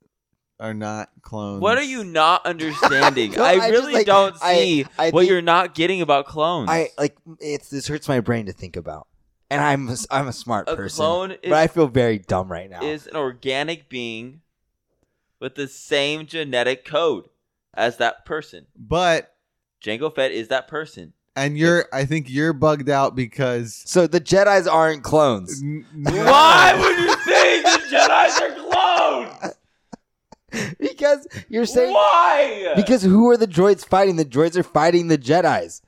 Speaker 3: are not clones.
Speaker 1: What are you not understanding?
Speaker 2: No,
Speaker 1: I,
Speaker 2: I just,
Speaker 1: really
Speaker 2: like,
Speaker 1: don't
Speaker 2: I-
Speaker 1: see
Speaker 2: I
Speaker 1: what
Speaker 2: think-
Speaker 1: you're not getting about clones.
Speaker 2: I like it's this hurts my brain to think about, and I'm a, I'm a smart
Speaker 1: a
Speaker 2: person,
Speaker 1: clone is,
Speaker 2: but I feel very dumb right now.
Speaker 1: is an organic being with the same genetic code as that person.
Speaker 3: But
Speaker 1: Jango Fett is that person.
Speaker 3: and you're I think you're bugged out because
Speaker 2: so the Jedi's aren't clones.
Speaker 3: N- no.
Speaker 1: Why would you think the Jedi's are clones?
Speaker 2: because you're saying
Speaker 1: Why?
Speaker 2: because who are the droids fighting? The droids are fighting the Jedi's,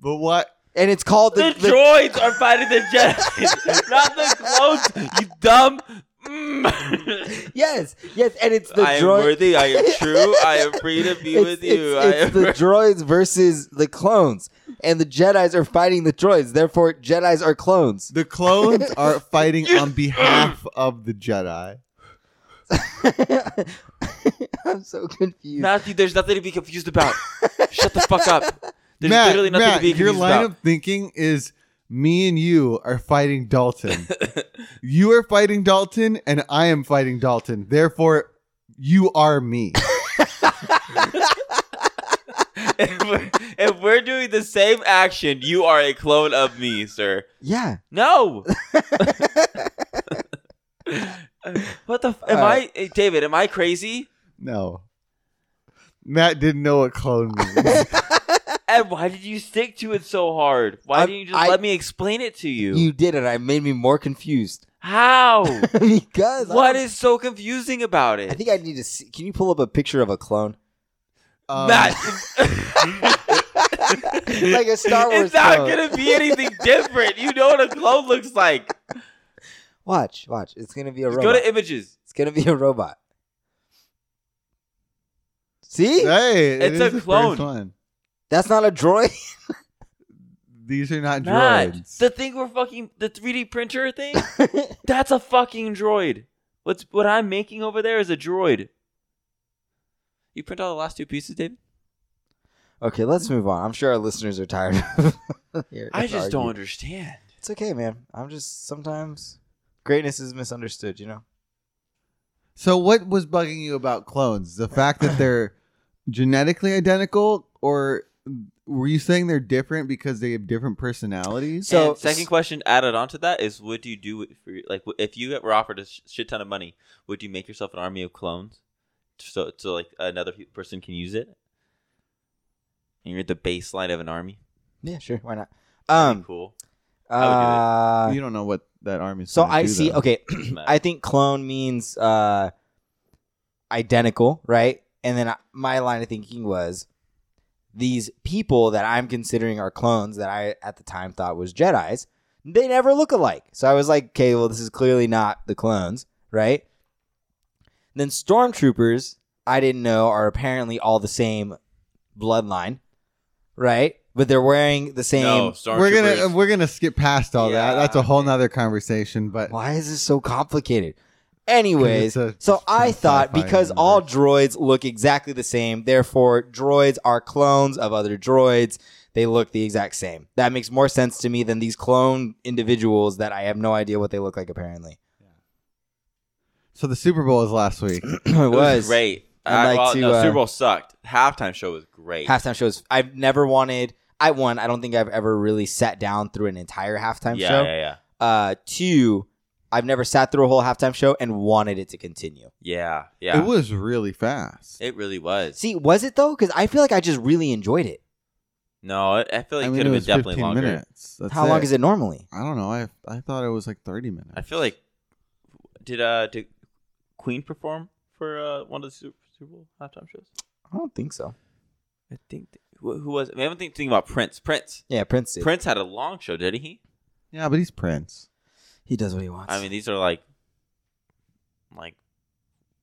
Speaker 3: But what
Speaker 2: and it's called
Speaker 1: the,
Speaker 2: the, the-
Speaker 1: droids are fighting the Jedi, not the clones. You dumb. Mm.
Speaker 2: yes, yes, and it's the
Speaker 1: I am
Speaker 2: droid.
Speaker 1: worthy. I am true. I am free to be
Speaker 2: It's,
Speaker 1: with
Speaker 2: it's-
Speaker 1: you. I
Speaker 2: it's
Speaker 1: am
Speaker 2: the droids versus the clones, and the Jedi's are fighting the droids. Therefore, Jedi's are clones.
Speaker 3: the clones are fighting
Speaker 1: You-
Speaker 3: on behalf of the Jedi.
Speaker 2: I'm so confused.
Speaker 1: Matthew, there's nothing to be confused about. Shut the fuck up. There's
Speaker 3: Matt,
Speaker 1: literally nothing
Speaker 3: Matt,
Speaker 1: to be
Speaker 3: your
Speaker 1: confused
Speaker 3: line
Speaker 1: about.
Speaker 3: of thinking is me and you are fighting Dalton. you are fighting Dalton, and I am fighting Dalton. Therefore, you are me.
Speaker 1: if, we're, if we're doing the same action, you are a clone of me, sir.
Speaker 2: yeah.
Speaker 1: No. what the? F- am
Speaker 2: Uh,
Speaker 1: I eh, David? Am I crazy?
Speaker 3: No. Matt didn't know what clone means.
Speaker 1: And why did you stick to it so hard? Why
Speaker 2: I-
Speaker 1: didn't you just
Speaker 2: I-
Speaker 1: let me explain it to you?
Speaker 2: You did it. I made me more confused
Speaker 1: How?
Speaker 2: because I
Speaker 1: what
Speaker 2: don't-
Speaker 1: is so confusing about it?
Speaker 2: I think I need to see. Can you pull up a picture of a clone, uh,
Speaker 3: Um,
Speaker 1: Matt,
Speaker 2: like a Star Wars
Speaker 1: it's not
Speaker 2: clone?
Speaker 1: gonna be anything different. You know what a clone looks like.
Speaker 2: Watch, watch. It's gonna be a
Speaker 1: Just
Speaker 2: robot.
Speaker 1: go to images.
Speaker 2: it's gonna be a robot. See,
Speaker 3: Hey, it
Speaker 1: It's a
Speaker 3: is the
Speaker 1: clone.
Speaker 3: first one.
Speaker 2: that's not a droid.
Speaker 3: These are not
Speaker 1: Not
Speaker 3: droids.
Speaker 1: the thing we're fucking the 3D printer thing. That's a fucking droid. What's what I'm making over there is a droid. You print all the last two pieces, David?
Speaker 2: okay, let's move on. I'm sure our listeners are tired. of hearing
Speaker 1: I
Speaker 2: us
Speaker 1: just don't
Speaker 2: argue.
Speaker 1: understand.
Speaker 2: It's okay, man. I'm just sometimes greatness is misunderstood. You know.
Speaker 3: so, what was bugging you about clones? The fact that they're genetically identical, or were you saying they're different because they have different personalities?
Speaker 2: So-
Speaker 1: So second question added onto that is, what do you do with- for your- like if you were offered a sh- shit ton of money, would you make yourself an army of clones, so so like another pe- person can use it? And you're at the baseline of an army.
Speaker 2: Yeah, sure. Why not?
Speaker 1: That'd be
Speaker 2: Um.
Speaker 1: cool. I
Speaker 2: Uh,
Speaker 3: you don't know what that army.
Speaker 2: so I see. Okay,
Speaker 1: Doesn't matter.
Speaker 2: I think clone means uh, identical, right? And then I, my line of thinking was these people that I'm considering are clones that I at the time thought was Jedi's. They never look alike, so I was like, okay, well, this is clearly not the clones, right? Then stormtroopers, I didn't know, are apparently all the same bloodline, right? But they're wearing the same.
Speaker 1: no,
Speaker 3: we're
Speaker 1: stormtroopers.
Speaker 3: gonna uh, we're gonna skip past all that.
Speaker 1: Yeah,
Speaker 3: That's a whole
Speaker 1: man.
Speaker 3: nother conversation. But
Speaker 2: Why is this so complicated? Anyways,
Speaker 3: Because it's a-
Speaker 2: so I thought
Speaker 3: sci-fi
Speaker 2: because all
Speaker 3: universe.
Speaker 2: droids look exactly the same, therefore droids are clones of other droids. They look the exact same. That makes more sense to me than these clone individuals that I have no idea what they look like. Apparently,
Speaker 3: so the Super Bowl is last week.
Speaker 2: it,
Speaker 1: It was, great.
Speaker 2: I'd
Speaker 1: Uh,
Speaker 2: like
Speaker 1: well,
Speaker 2: to,
Speaker 1: no,
Speaker 2: uh,
Speaker 1: Super Bowl sucked. Halftime show was great.
Speaker 2: halftime shows. I've never wanted. I one. I don't think I've ever really sat down through an entire halftime
Speaker 1: yeah,
Speaker 2: show.
Speaker 1: yeah, yeah,
Speaker 2: Uh, two. I've never sat through a whole halftime show and wanted it to continue.
Speaker 1: yeah, yeah.
Speaker 3: It was really fast.
Speaker 1: It really was.
Speaker 2: See, was it though? Because I feel like I just really enjoyed it.
Speaker 1: no, I I feel like
Speaker 3: I
Speaker 1: it
Speaker 3: mean,
Speaker 1: could have
Speaker 3: it
Speaker 1: been
Speaker 3: was
Speaker 1: definitely
Speaker 3: 15
Speaker 1: longer.
Speaker 3: minutes. That's
Speaker 2: How long is it normally?
Speaker 3: I don't know. I I thought it was like thirty minutes.
Speaker 1: I feel like did uh did Queen perform for uh one of the Super, Super Bowl halftime shows?
Speaker 2: I don't think so.
Speaker 1: I think th- who, who was I, mean, I haven't think thinking about Prince. Prince.
Speaker 2: Yeah, Prince. Did.
Speaker 1: Prince had a long show, didn't he?
Speaker 3: yeah, but he's Prince.
Speaker 2: He does what he wants.
Speaker 1: I mean, these are like like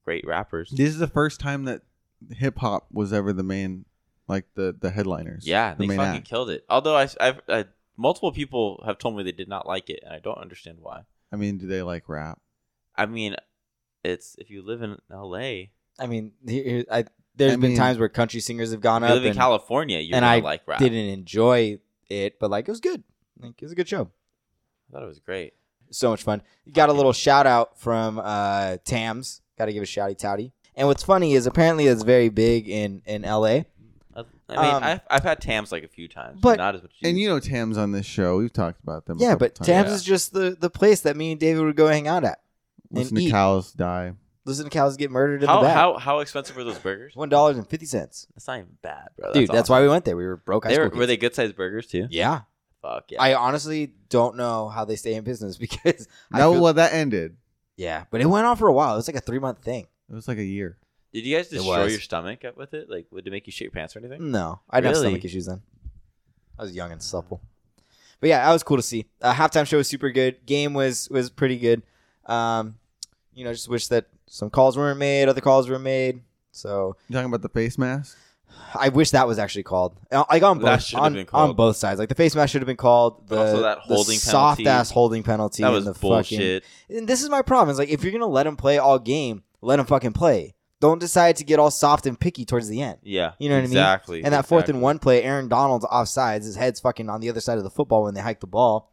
Speaker 1: great rappers.
Speaker 3: This is the first time that hip hop was ever the main, like the the headliners.
Speaker 1: Yeah,
Speaker 3: the
Speaker 1: they
Speaker 3: main
Speaker 1: fucking
Speaker 3: act.
Speaker 1: killed it. Although I, I've I, multiple people have told me they did not like it, and I don't understand why.
Speaker 3: I mean, do they like rap?
Speaker 1: I mean, it's if you live in L.A.,
Speaker 2: I mean, here- here- I, there's
Speaker 3: I
Speaker 2: been
Speaker 3: mean-
Speaker 2: times where country singers have gone
Speaker 1: if you
Speaker 2: up
Speaker 1: live in
Speaker 2: and
Speaker 1: California, you're
Speaker 2: and
Speaker 1: gonna
Speaker 2: I
Speaker 1: like rap.
Speaker 2: didn't enjoy it, but like it was good. Like it was a good show.
Speaker 1: I thought it was great.
Speaker 2: So much fun. Got a little shout out from uh, Tams. Got to give a shouty touty. And what's funny is apparently it's very big in in LA.
Speaker 1: I I mean,
Speaker 2: Um,
Speaker 1: I've, I've had Tams like a few times, but
Speaker 2: but-
Speaker 1: not as much. as
Speaker 3: And you know Tams on this show. We've talked about them. a
Speaker 2: Yeah,
Speaker 3: couple
Speaker 2: but
Speaker 3: times.
Speaker 2: Tams
Speaker 1: Yeah.
Speaker 2: is just the the place that me and David would go hang out at.
Speaker 3: Listen
Speaker 2: and E.
Speaker 3: to
Speaker 2: eat.
Speaker 3: cows die.
Speaker 2: Listen to cows get murdered in
Speaker 1: how
Speaker 2: the back.
Speaker 1: how how expensive were those burgers?
Speaker 2: One dollar and fifty cents,
Speaker 1: That's not even bad, bro.
Speaker 2: dude. That's why we went there. We were broke. High
Speaker 1: They were,
Speaker 2: school
Speaker 1: were
Speaker 2: kids.
Speaker 1: they good sized burgers too?
Speaker 2: Yeah.
Speaker 1: Fuck yeah.
Speaker 2: I honestly don't know how they stay in business because I
Speaker 3: No,
Speaker 2: feel-
Speaker 3: well, that ended.
Speaker 2: yeah, but it went on for a while. It was like a three month thing.
Speaker 3: It was like a year.
Speaker 1: Did you guys
Speaker 2: It
Speaker 1: destroy
Speaker 2: was. Mm,
Speaker 1: your stomach up with it? Like, would it make you shit your pants or anything?
Speaker 2: No, I didn't have
Speaker 1: Really?
Speaker 2: stomach issues then. I was young and supple. But yeah, that was cool to see. Uh, halftime show was super good. Game was was pretty good. Um, you know, just wish that some calls weren't made, other calls were made. So
Speaker 3: You talking about the face mask?
Speaker 2: I wish that was actually called. Uh, Like on
Speaker 1: That
Speaker 2: both
Speaker 1: should have
Speaker 2: on,
Speaker 1: been called.
Speaker 2: on both sides, like the face mask should have been called. The,
Speaker 1: But also that holding
Speaker 2: soft
Speaker 1: penalty.
Speaker 2: ass holding penalty.
Speaker 1: That
Speaker 2: and
Speaker 1: was
Speaker 2: the Fucking,
Speaker 1: bullshit.
Speaker 2: And this is my problem. It's like if you're gonna let him play all game, let him fucking play. Don't decide to get all soft and picky towards the end.
Speaker 1: Yeah.
Speaker 2: You know what I mean?
Speaker 1: exactly,
Speaker 2: And that fourth
Speaker 1: exactly.
Speaker 2: and one play, Aaron Donald's offsides. His head's fucking on the other side of the football when they hike the ball.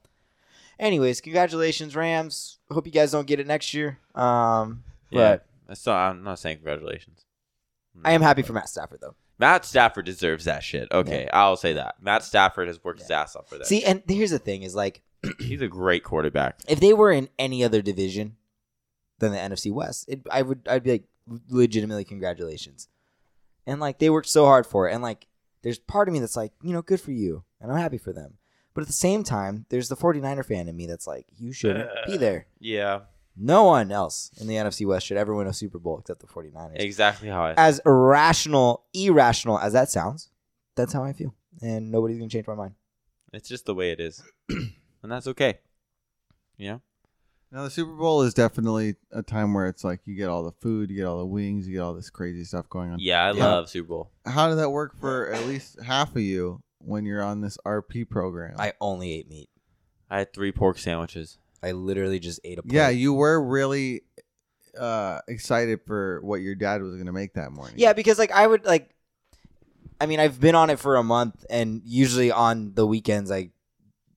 Speaker 2: Anyways, congratulations, Rams. Hope you guys don't get it next year. Um,
Speaker 1: Yeah.
Speaker 2: but
Speaker 1: That's not, I'm not saying congratulations.
Speaker 2: I am happy for Matt Stafford though.
Speaker 1: Matt Stafford deserves that shit. Okay, I'll say that. Matt Stafford has worked his ass off for that.
Speaker 2: See, and here's the thing: is like
Speaker 1: he's a great quarterback.
Speaker 2: if they were in any other division than the NFC West, it, I would I'd be like legitimately congratulations. And like they worked so hard for it, and like there's part of me that's like you know good for you, and I'm happy for them. But at the same time, there's the 49er fan in me that's like you shouldn't be there.
Speaker 1: Yeah,
Speaker 2: No one else in the NFC West should ever win a Super Bowl except the 49ers.
Speaker 1: exactly how I.
Speaker 2: As irrational, irrational as that sounds, that's how I feel. And nobody's going to change my mind.
Speaker 1: It's just the way it is, and that's okay. You know,
Speaker 3: Now the Super Bowl is definitely a time where it's like you get all the food, you get all the wings, you get all this crazy stuff going on.
Speaker 1: yeah, I
Speaker 2: Yeah.
Speaker 1: love Super Bowl.
Speaker 3: How did that work for at least half of you when you're on this RP program?
Speaker 2: I only ate meat.
Speaker 1: I had three pork sandwiches.
Speaker 2: I literally just ate a plate.
Speaker 3: yeah, you were really uh, excited for what your dad was going to make that morning.
Speaker 2: Yeah, because like I would like I mean, I've been on it for a month and usually on the weekends I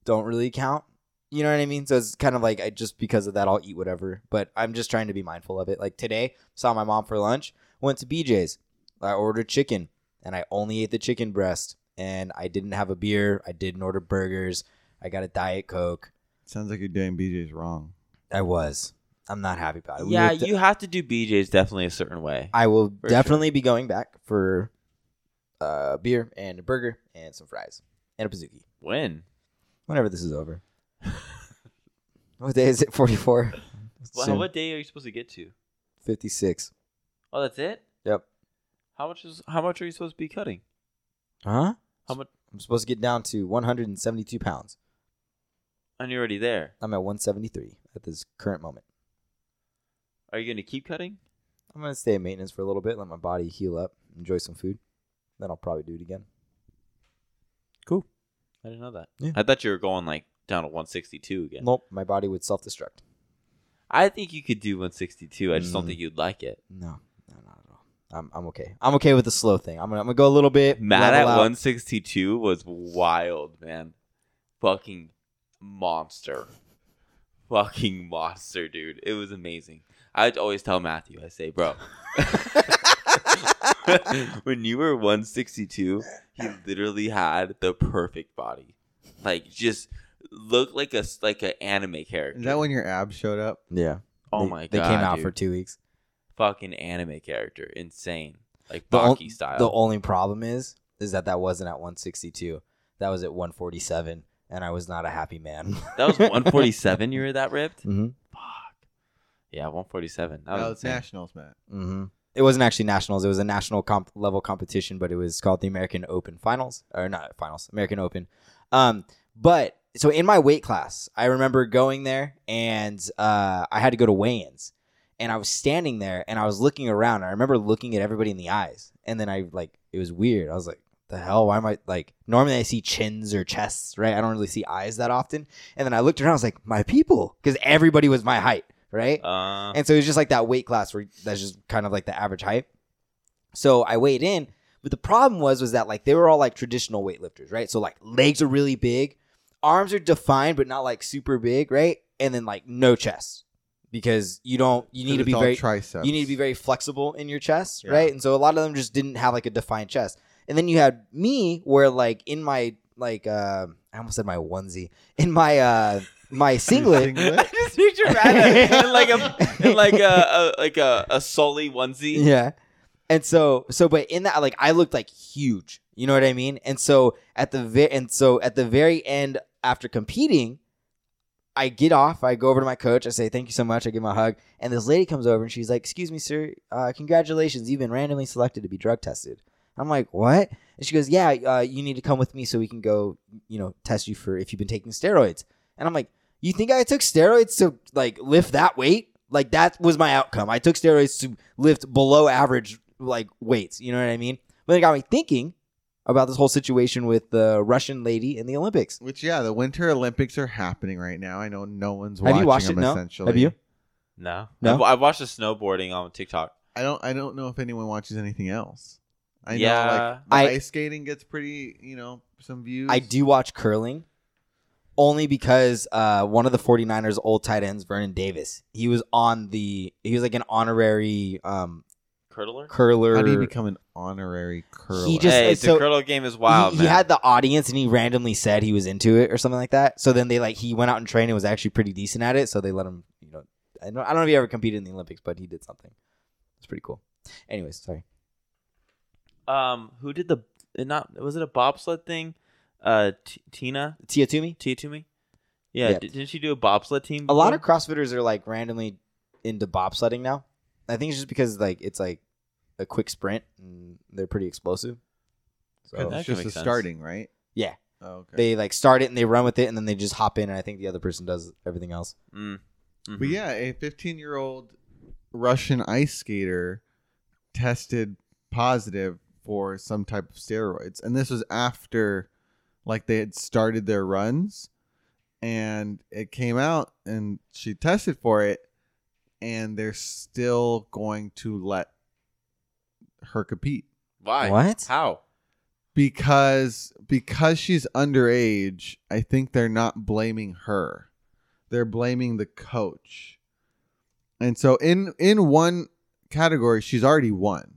Speaker 2: don't really count. You know what I mean? So it's kind of like I just because of that I'll eat whatever, but I'm just trying to be mindful of it. Like today, saw my mom for lunch, went to BJ's. I ordered chicken and I only ate the chicken breast and I didn't have a beer, I didn't order burgers. I got a diet coke.
Speaker 3: sounds like you're doing BJ's wrong.
Speaker 2: I was. I'm not happy about it. We
Speaker 1: yeah,
Speaker 2: were de-
Speaker 1: you have to do BJ's definitely a certain way.
Speaker 2: I will
Speaker 1: For
Speaker 2: definitely be going back for uh, beer and a burger and some fries and a pizookie
Speaker 1: When?
Speaker 2: whenever this is over. what day is it? 44?
Speaker 1: Well,
Speaker 2: Soon.
Speaker 1: what day are you supposed to get to?
Speaker 2: 56.
Speaker 1: Oh, that's it.
Speaker 2: Yep.
Speaker 1: How much is? How much are you supposed to be cutting?
Speaker 2: Huh?
Speaker 1: How much?
Speaker 2: I'm supposed to get down to 172 pounds.
Speaker 1: And you're already there.
Speaker 2: I'm at 173 at this current moment.
Speaker 1: Are you going to keep cutting?
Speaker 2: I'm going to stay in maintenance for a little bit, let my body heal up, enjoy some food. Then I'll probably do it again.
Speaker 1: Cool. I didn't know that.
Speaker 2: Yeah.
Speaker 1: I thought you were going like down to 162 again.
Speaker 2: Nope, my body would self destruct.
Speaker 1: I think you could do 162. I just
Speaker 2: Mm.
Speaker 1: don't think you'd like it.
Speaker 2: No, no, not at all. I'm, I'm okay. I'm okay with the slow thing. I'm going to I'm gonna go a little bit.
Speaker 1: Matt
Speaker 2: level
Speaker 1: at
Speaker 2: out.
Speaker 1: 162 was wild, man. Fucking monster. Fucking monster, dude. It was amazing. I'd always tell Matthew, I say, bro, when you were 162, he literally had the perfect body. Like, just looked like a s- like an anime character.
Speaker 3: Is that when your abs showed up?
Speaker 2: Yeah.
Speaker 1: Oh
Speaker 2: They-
Speaker 1: my
Speaker 2: They
Speaker 1: god!
Speaker 2: came out
Speaker 1: dude.
Speaker 2: for two weeks.
Speaker 1: fucking anime character, insane, like
Speaker 2: The
Speaker 1: Baki
Speaker 2: on-
Speaker 1: style.
Speaker 2: The only problem is, is that that wasn't at 162. That was at 147, and I was not a happy man.
Speaker 1: that was 147. you were that ripped?
Speaker 2: hmm
Speaker 1: Yeah, 147. That
Speaker 3: No,
Speaker 1: was
Speaker 3: Oh, it's
Speaker 1: insane.
Speaker 3: nationals, Matt.
Speaker 2: hmm It wasn't actually nationals. It was a national comp- level competition, but it was called the American Open Finals, or not finals, American Open. Um, but so in my weight class, I remember going there, and uh, I had to go to weigh-ins, and I was standing there, and I was looking around. I remember looking at everybody in the eyes, and then I like it was weird. I was like. The hell? Why am I like? Normally, I see chins or chests, right? I don't really see eyes that often. And then I looked around. I was like, my people, because everybody was my height, right?
Speaker 1: Uh,
Speaker 2: And so it's just like that weight class where that's just kind of like the average height. So I weighed in, but the problem was was that like they were all like traditional weightlifters, right? So like legs are really big, arms are defined but not like super big, right? And then like no chest because you don't you need to be
Speaker 3: It's all
Speaker 2: very
Speaker 3: triceps.
Speaker 2: you need to be very flexible in your chest,
Speaker 5: Yeah.
Speaker 2: right? And so a lot of them just didn't have like a defined chest. And then you had me where like in my like uh I almost said my onesie. In my uh my singlet
Speaker 1: I just picture Rada in like a in like a, a like a, a Sully onesie.
Speaker 2: Yeah. And so so but in that like I looked like huge. You know what I mean? And so at the ve- and so at the very end after competing, I get off, I go over to my coach, I say thank you so much, I give him a hug, and this lady comes over and she's like, "Excuse me, sir. Uh, congratulations, you've been randomly selected to be drug tested." I'm like, "What?" And she goes, "Yeah, uh, you need to come with me so we can go, you know, test you for if you've been taking steroids." And I'm like, "You think I took steroids to like lift that weight? Like that was my outcome. I took steroids to lift below average like weights. You know what I mean? But it got me thinking about this whole situation with the Russian lady in the Olympics.
Speaker 3: Which yeah, the Winter Olympics are happening right now. I know no one's
Speaker 2: Have you
Speaker 3: watching
Speaker 2: watched
Speaker 3: them
Speaker 2: it? No?
Speaker 3: essentially.
Speaker 2: Have you?
Speaker 1: No,
Speaker 2: No?
Speaker 1: I've, I've watched the snowboarding on TikTok.
Speaker 3: I don't I don't know if anyone watches anything else. I know
Speaker 1: Yeah.
Speaker 3: like the
Speaker 2: I-
Speaker 3: ice skating gets pretty, you know, some views.
Speaker 2: I do watch curling only because uh, one of the 49ers old tight ends, Vernon Davis, he was on the he was like an honorary um,
Speaker 1: Curdler.
Speaker 2: curler.
Speaker 3: How do you become an honorary curler?
Speaker 2: He just-
Speaker 1: hey,
Speaker 2: so-
Speaker 1: the curdle game is wild.
Speaker 2: he,
Speaker 1: man.
Speaker 2: he had the audience and he randomly said he was into it or something like that. So then they like he went out and trained and was actually pretty decent at it. So they let him, you know, I don't, I don't know if he ever competed in the Olympics, but he did something. It's pretty cool. Anyways, sorry.
Speaker 1: um, who did the not? Was it a bobsled thing? Uh, T- Tina,
Speaker 2: Tia Toomey.
Speaker 1: Tia to me. Yeah,
Speaker 2: Yeah.
Speaker 1: di- didn't she do a bobsled team?
Speaker 2: A lot of
Speaker 1: before?
Speaker 2: CrossFitters are like randomly into bobsledding now. I think it's just because like it's like a quick sprint and they're pretty explosive.
Speaker 1: That
Speaker 2: So
Speaker 3: Because
Speaker 1: could
Speaker 3: it's just
Speaker 1: make
Speaker 3: a
Speaker 1: sense.
Speaker 3: starting, right?
Speaker 2: Yeah.
Speaker 3: Oh, okay.
Speaker 2: they like start it and they run with it and then they just hop in and I think the other person does everything else.
Speaker 1: Mm.
Speaker 3: But
Speaker 1: Mhm.
Speaker 3: yeah, a 15 year old Russian ice skater tested positive for some type of steroids. And this was after like they had started their runs and it came out and she tested for it and they're still going to let her compete
Speaker 1: why?
Speaker 2: What?
Speaker 1: How?
Speaker 3: because because she's underage i think they're not blaming her they're blaming the coach and so in in one category she's already won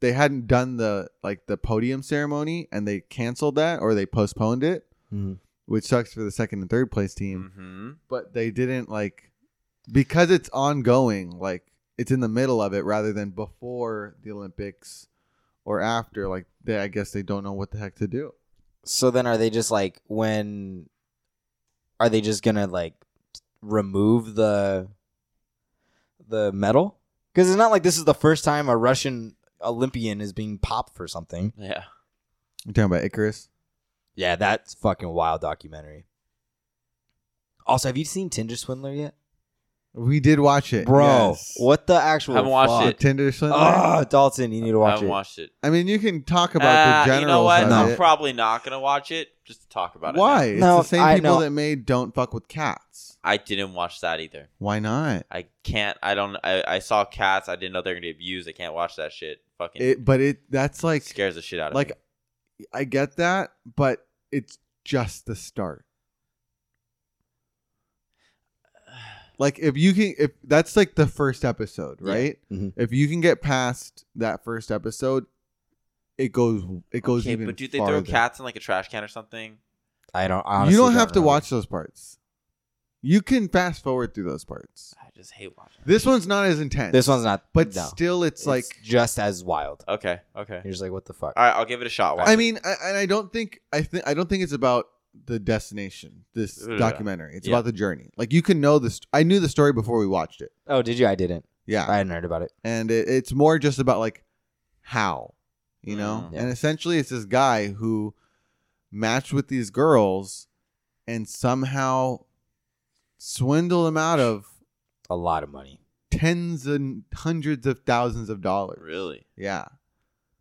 Speaker 3: they hadn't done the like the podium ceremony and they canceled that or they postponed it
Speaker 2: Mhm.
Speaker 3: which sucks for the second and third place team
Speaker 1: Mm-hmm.
Speaker 3: but they didn't like because it's ongoing like it's in the middle of it rather than before the olympics or after like they i guess they don't know what the heck to do
Speaker 2: So then are they just like when are they just gonna like remove the the medal? Because it's not like this is the first time a Russian Olympian is being popped for something.
Speaker 1: Yeah.
Speaker 3: you're talking about icarus
Speaker 2: Yeah, that's fucking wild documentary. Also, have you seen Tinder Swindler yet,
Speaker 3: we did watch it
Speaker 2: bro?
Speaker 3: yes.
Speaker 2: What the actual?
Speaker 1: Haven't watched
Speaker 2: fuck?
Speaker 3: The
Speaker 1: it.
Speaker 3: tinder swindler
Speaker 2: Oh, Dalton, you need to
Speaker 1: I
Speaker 2: watch
Speaker 1: haven't
Speaker 2: it.
Speaker 1: watched it.
Speaker 3: i mean you can talk about the
Speaker 1: Uh,
Speaker 3: general
Speaker 1: you know what?
Speaker 2: of
Speaker 1: I'm
Speaker 2: it.
Speaker 1: probably not gonna watch it. Just to talk about it. now.
Speaker 3: why it's
Speaker 2: No,
Speaker 3: the same
Speaker 2: I-
Speaker 3: people
Speaker 2: no.
Speaker 3: that made don't fuck with cats
Speaker 1: I didn't watch that either.
Speaker 3: why not
Speaker 1: I can't. I don't. I, I saw cats. I didn't know they're gonna be abused. I can't watch that shit. Fucking
Speaker 3: it but it that's like
Speaker 1: scares the shit out of
Speaker 3: like
Speaker 1: me.
Speaker 3: i get that but it's just the start like if you can if that's like the first episode
Speaker 2: Yeah.
Speaker 3: right
Speaker 2: Mhm.
Speaker 1: Mm-hmm.
Speaker 3: if you can get past that first episode it goes it goes
Speaker 1: okay,
Speaker 3: even
Speaker 1: but do they
Speaker 3: farther.
Speaker 1: throw cats in like a trash can or something?
Speaker 2: I don't. I
Speaker 3: you
Speaker 2: honestly
Speaker 3: don't have to
Speaker 2: remember.
Speaker 3: watch those parts you can fast forward through those parts
Speaker 1: I just hate watching.
Speaker 3: this one's not as intense
Speaker 2: This one's not.
Speaker 3: but
Speaker 2: no.
Speaker 3: still it's,
Speaker 2: it's
Speaker 3: like
Speaker 2: just as wild.
Speaker 1: Okay. Okay.
Speaker 2: You're just like, what the fuck?
Speaker 1: All right. I'll give it a shot. Watch
Speaker 3: i
Speaker 1: it.
Speaker 3: mean I, and i don't think i think i don't think it's about the destination this
Speaker 1: Yeah.
Speaker 3: documentary it's
Speaker 1: Yeah.
Speaker 3: about the journey like you can know this i knew the story before we watched it
Speaker 2: Oh, did you? I didn't.
Speaker 3: yeah
Speaker 2: I hadn't heard about it.
Speaker 3: and it, it's more just about like how you know
Speaker 1: Mm.
Speaker 2: Yeah.
Speaker 3: and essentially it's this guy who matched with these girls and somehow swindled them out of
Speaker 2: A lot of money.
Speaker 3: tens and hundreds of thousands of dollars
Speaker 1: really.
Speaker 3: yeah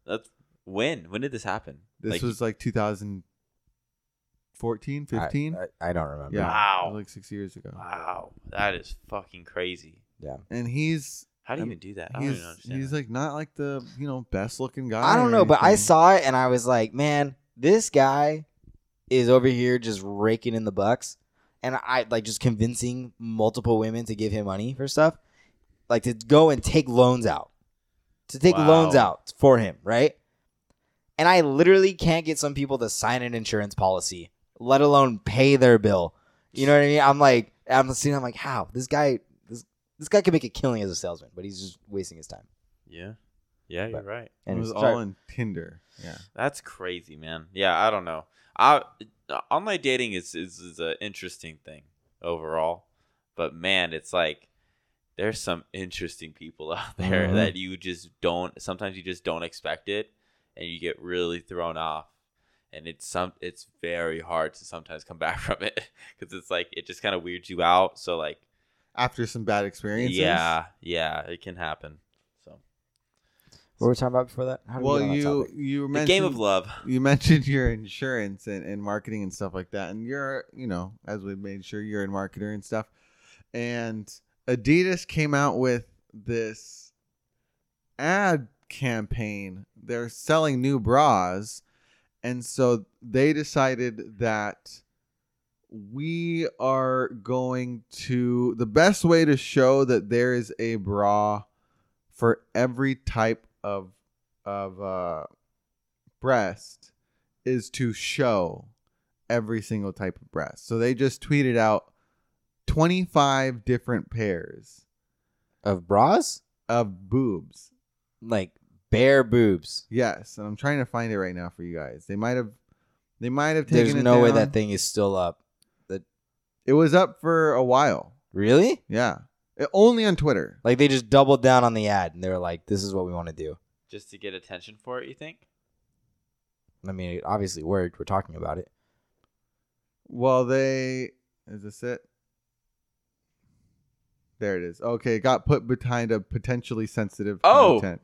Speaker 1: That's when. When did this happen?
Speaker 3: this
Speaker 1: Like,
Speaker 3: was like 2014
Speaker 2: I-
Speaker 3: 15
Speaker 2: I, I don't remember.
Speaker 3: yeah
Speaker 1: Wow.
Speaker 3: like six years ago
Speaker 1: Wow. That is fucking crazy.
Speaker 3: and he's
Speaker 1: How do you
Speaker 3: I'm-
Speaker 1: even do that? I don't
Speaker 3: he's,
Speaker 1: even understand.
Speaker 3: he's like not like the you know best looking guy
Speaker 2: I don't
Speaker 3: or
Speaker 2: know, but I
Speaker 3: anything.
Speaker 2: saw it and I was like, man, this guy is over here just raking in the bucks and I like just convincing multiple women to give him money for stuff, like to go and take loans out, to take
Speaker 1: Wow.
Speaker 2: loans out for him, right? And I literally can't get some people to sign an insurance policy, let alone pay their bill. You know what I mean? I'm like, I'm sitting, I'm like, how this guy, this this guy could make a killing as a salesman, but he's just wasting his time.
Speaker 1: Yeah. Yeah, you're
Speaker 2: But-
Speaker 1: right.
Speaker 3: it
Speaker 2: And
Speaker 3: was
Speaker 2: it's
Speaker 3: all in Tinder. Yeah.
Speaker 1: That's crazy, man. Yeah, I don't know. I online dating is is, is an interesting thing overall, but man, it's like there's some interesting people out there
Speaker 2: Mhm.
Speaker 1: that you just don't. Sometimes you just don't expect it, and you get really thrown off. And it's some. It's very hard to sometimes come back from it because it's like it just kind of weirds you out. So like,
Speaker 3: After some bad experiences.
Speaker 1: yeah, yeah, it can happen. So
Speaker 2: what were we talking about before that? How did we
Speaker 3: Well,
Speaker 2: get on that
Speaker 3: you
Speaker 2: topic?
Speaker 3: you
Speaker 1: the
Speaker 3: mentioned
Speaker 1: game of love.
Speaker 3: you mentioned your insurance and, and marketing and stuff like that and you're you know as we've made sure you're a marketer and stuff and adidas came out with this ad campaign they're selling new bras and so they decided that we are going to the best way to show that there is a bra for every type of of uh breast is to show every single type of breast. So they just tweeted out 25 different pairs
Speaker 2: of bras,
Speaker 3: of boobs.
Speaker 2: like bare boobs.
Speaker 3: Yes, and I'm trying to find it right now for you guys. They might have they might have taken
Speaker 2: There's
Speaker 3: it
Speaker 2: no way
Speaker 3: down.
Speaker 2: that thing is still up.
Speaker 3: It was up for a while.
Speaker 2: Really?
Speaker 3: Yeah. It- only on Twitter.
Speaker 2: Like they just doubled down on the ad and they were like, "This is what we want to do."
Speaker 1: Just to get attention for it, you think?
Speaker 2: I mean, it obviously worked. We're talking about it.
Speaker 3: Well, they is this it? There it is. Okay, it got put behind a potentially sensitive
Speaker 1: Oh.
Speaker 3: content.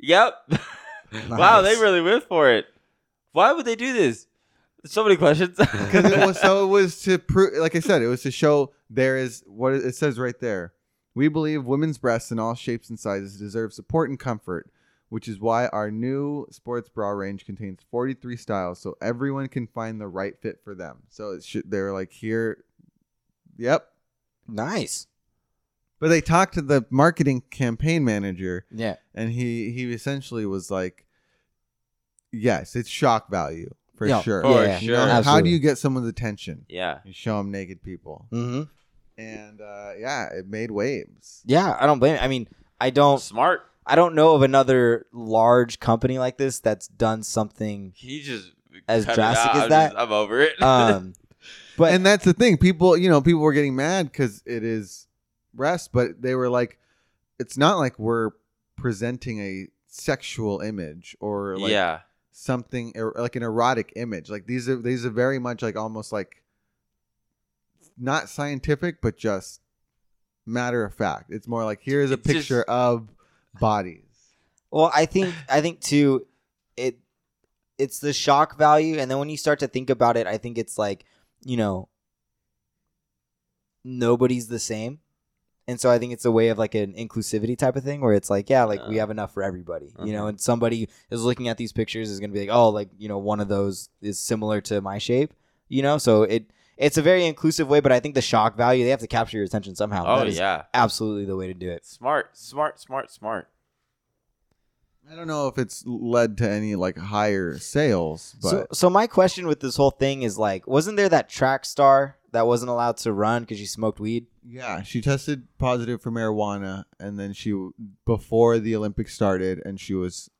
Speaker 1: Yep. Wow, they
Speaker 2: Nice.
Speaker 1: really went for it. Why would they do this? So many questions.
Speaker 3: because it was so it was to prove like i said it was to show there is what it it says right there we believe women's breasts in all shapes and sizes deserve support and comfort which is why our new sports bra range contains 43 styles so everyone can find the right fit for them so it should they're like here yep
Speaker 2: Nice.
Speaker 3: but they talked to the marketing campaign manager
Speaker 2: Yeah.
Speaker 3: and he he essentially was like yes it's shock value for
Speaker 2: Yeah, Oh,
Speaker 3: sure
Speaker 1: for
Speaker 2: yeah,
Speaker 3: You know,
Speaker 1: sure.
Speaker 3: how do
Speaker 2: Absolutely.
Speaker 3: you get someone's attention
Speaker 1: yeah.
Speaker 3: you show them naked people
Speaker 2: hmm
Speaker 3: and uh, yeah, it made waves.
Speaker 2: Yeah, I don't blame. It. I mean, I
Speaker 3: Oh.
Speaker 2: don't.
Speaker 1: Smart.
Speaker 2: I don't know of another large company like this that's done something.
Speaker 1: He just
Speaker 2: As
Speaker 1: cut it
Speaker 2: drastic
Speaker 1: out.
Speaker 2: as
Speaker 1: I'm
Speaker 2: that?
Speaker 1: just- I'm over it.
Speaker 3: Uh,
Speaker 2: Um, but
Speaker 3: and that's the thing, people, you know, people were getting mad because it is breast, but they were like, it's not like we're presenting a sexual image or like
Speaker 1: yeah.
Speaker 3: something er- like an erotic image. Like these are these are very much like almost like not scientific, but just matter of fact. It's more like here's a
Speaker 1: It's just-
Speaker 3: picture of bodies.
Speaker 2: Well, I think I think too, it it's the shock value, and then when you start to think about it, I think it's like you know, nobody's the same, and so I think it's a way of like an inclusivity type of thing where it's like yeah, like we
Speaker 1: Uh,
Speaker 2: have enough for everybody, you know,
Speaker 1: okay.
Speaker 2: and somebody is looking at these pictures is gonna be like oh like you know one of those is similar to my shape, you know, so it it's a very inclusive way, but I think the shock value they have to capture your attention somehow.
Speaker 1: Oh
Speaker 2: That is
Speaker 1: yeah.
Speaker 2: absolutely the way to do it.
Speaker 1: Smart. Smart. Smart. Smart.
Speaker 3: I don't know if it's led to any like higher sales, but
Speaker 2: so, so my question with this whole thing is like, wasn't there that track star that wasn't allowed to run because she smoked weed?
Speaker 3: Yeah, she tested positive for marijuana, and then she before the Olympics started, and she was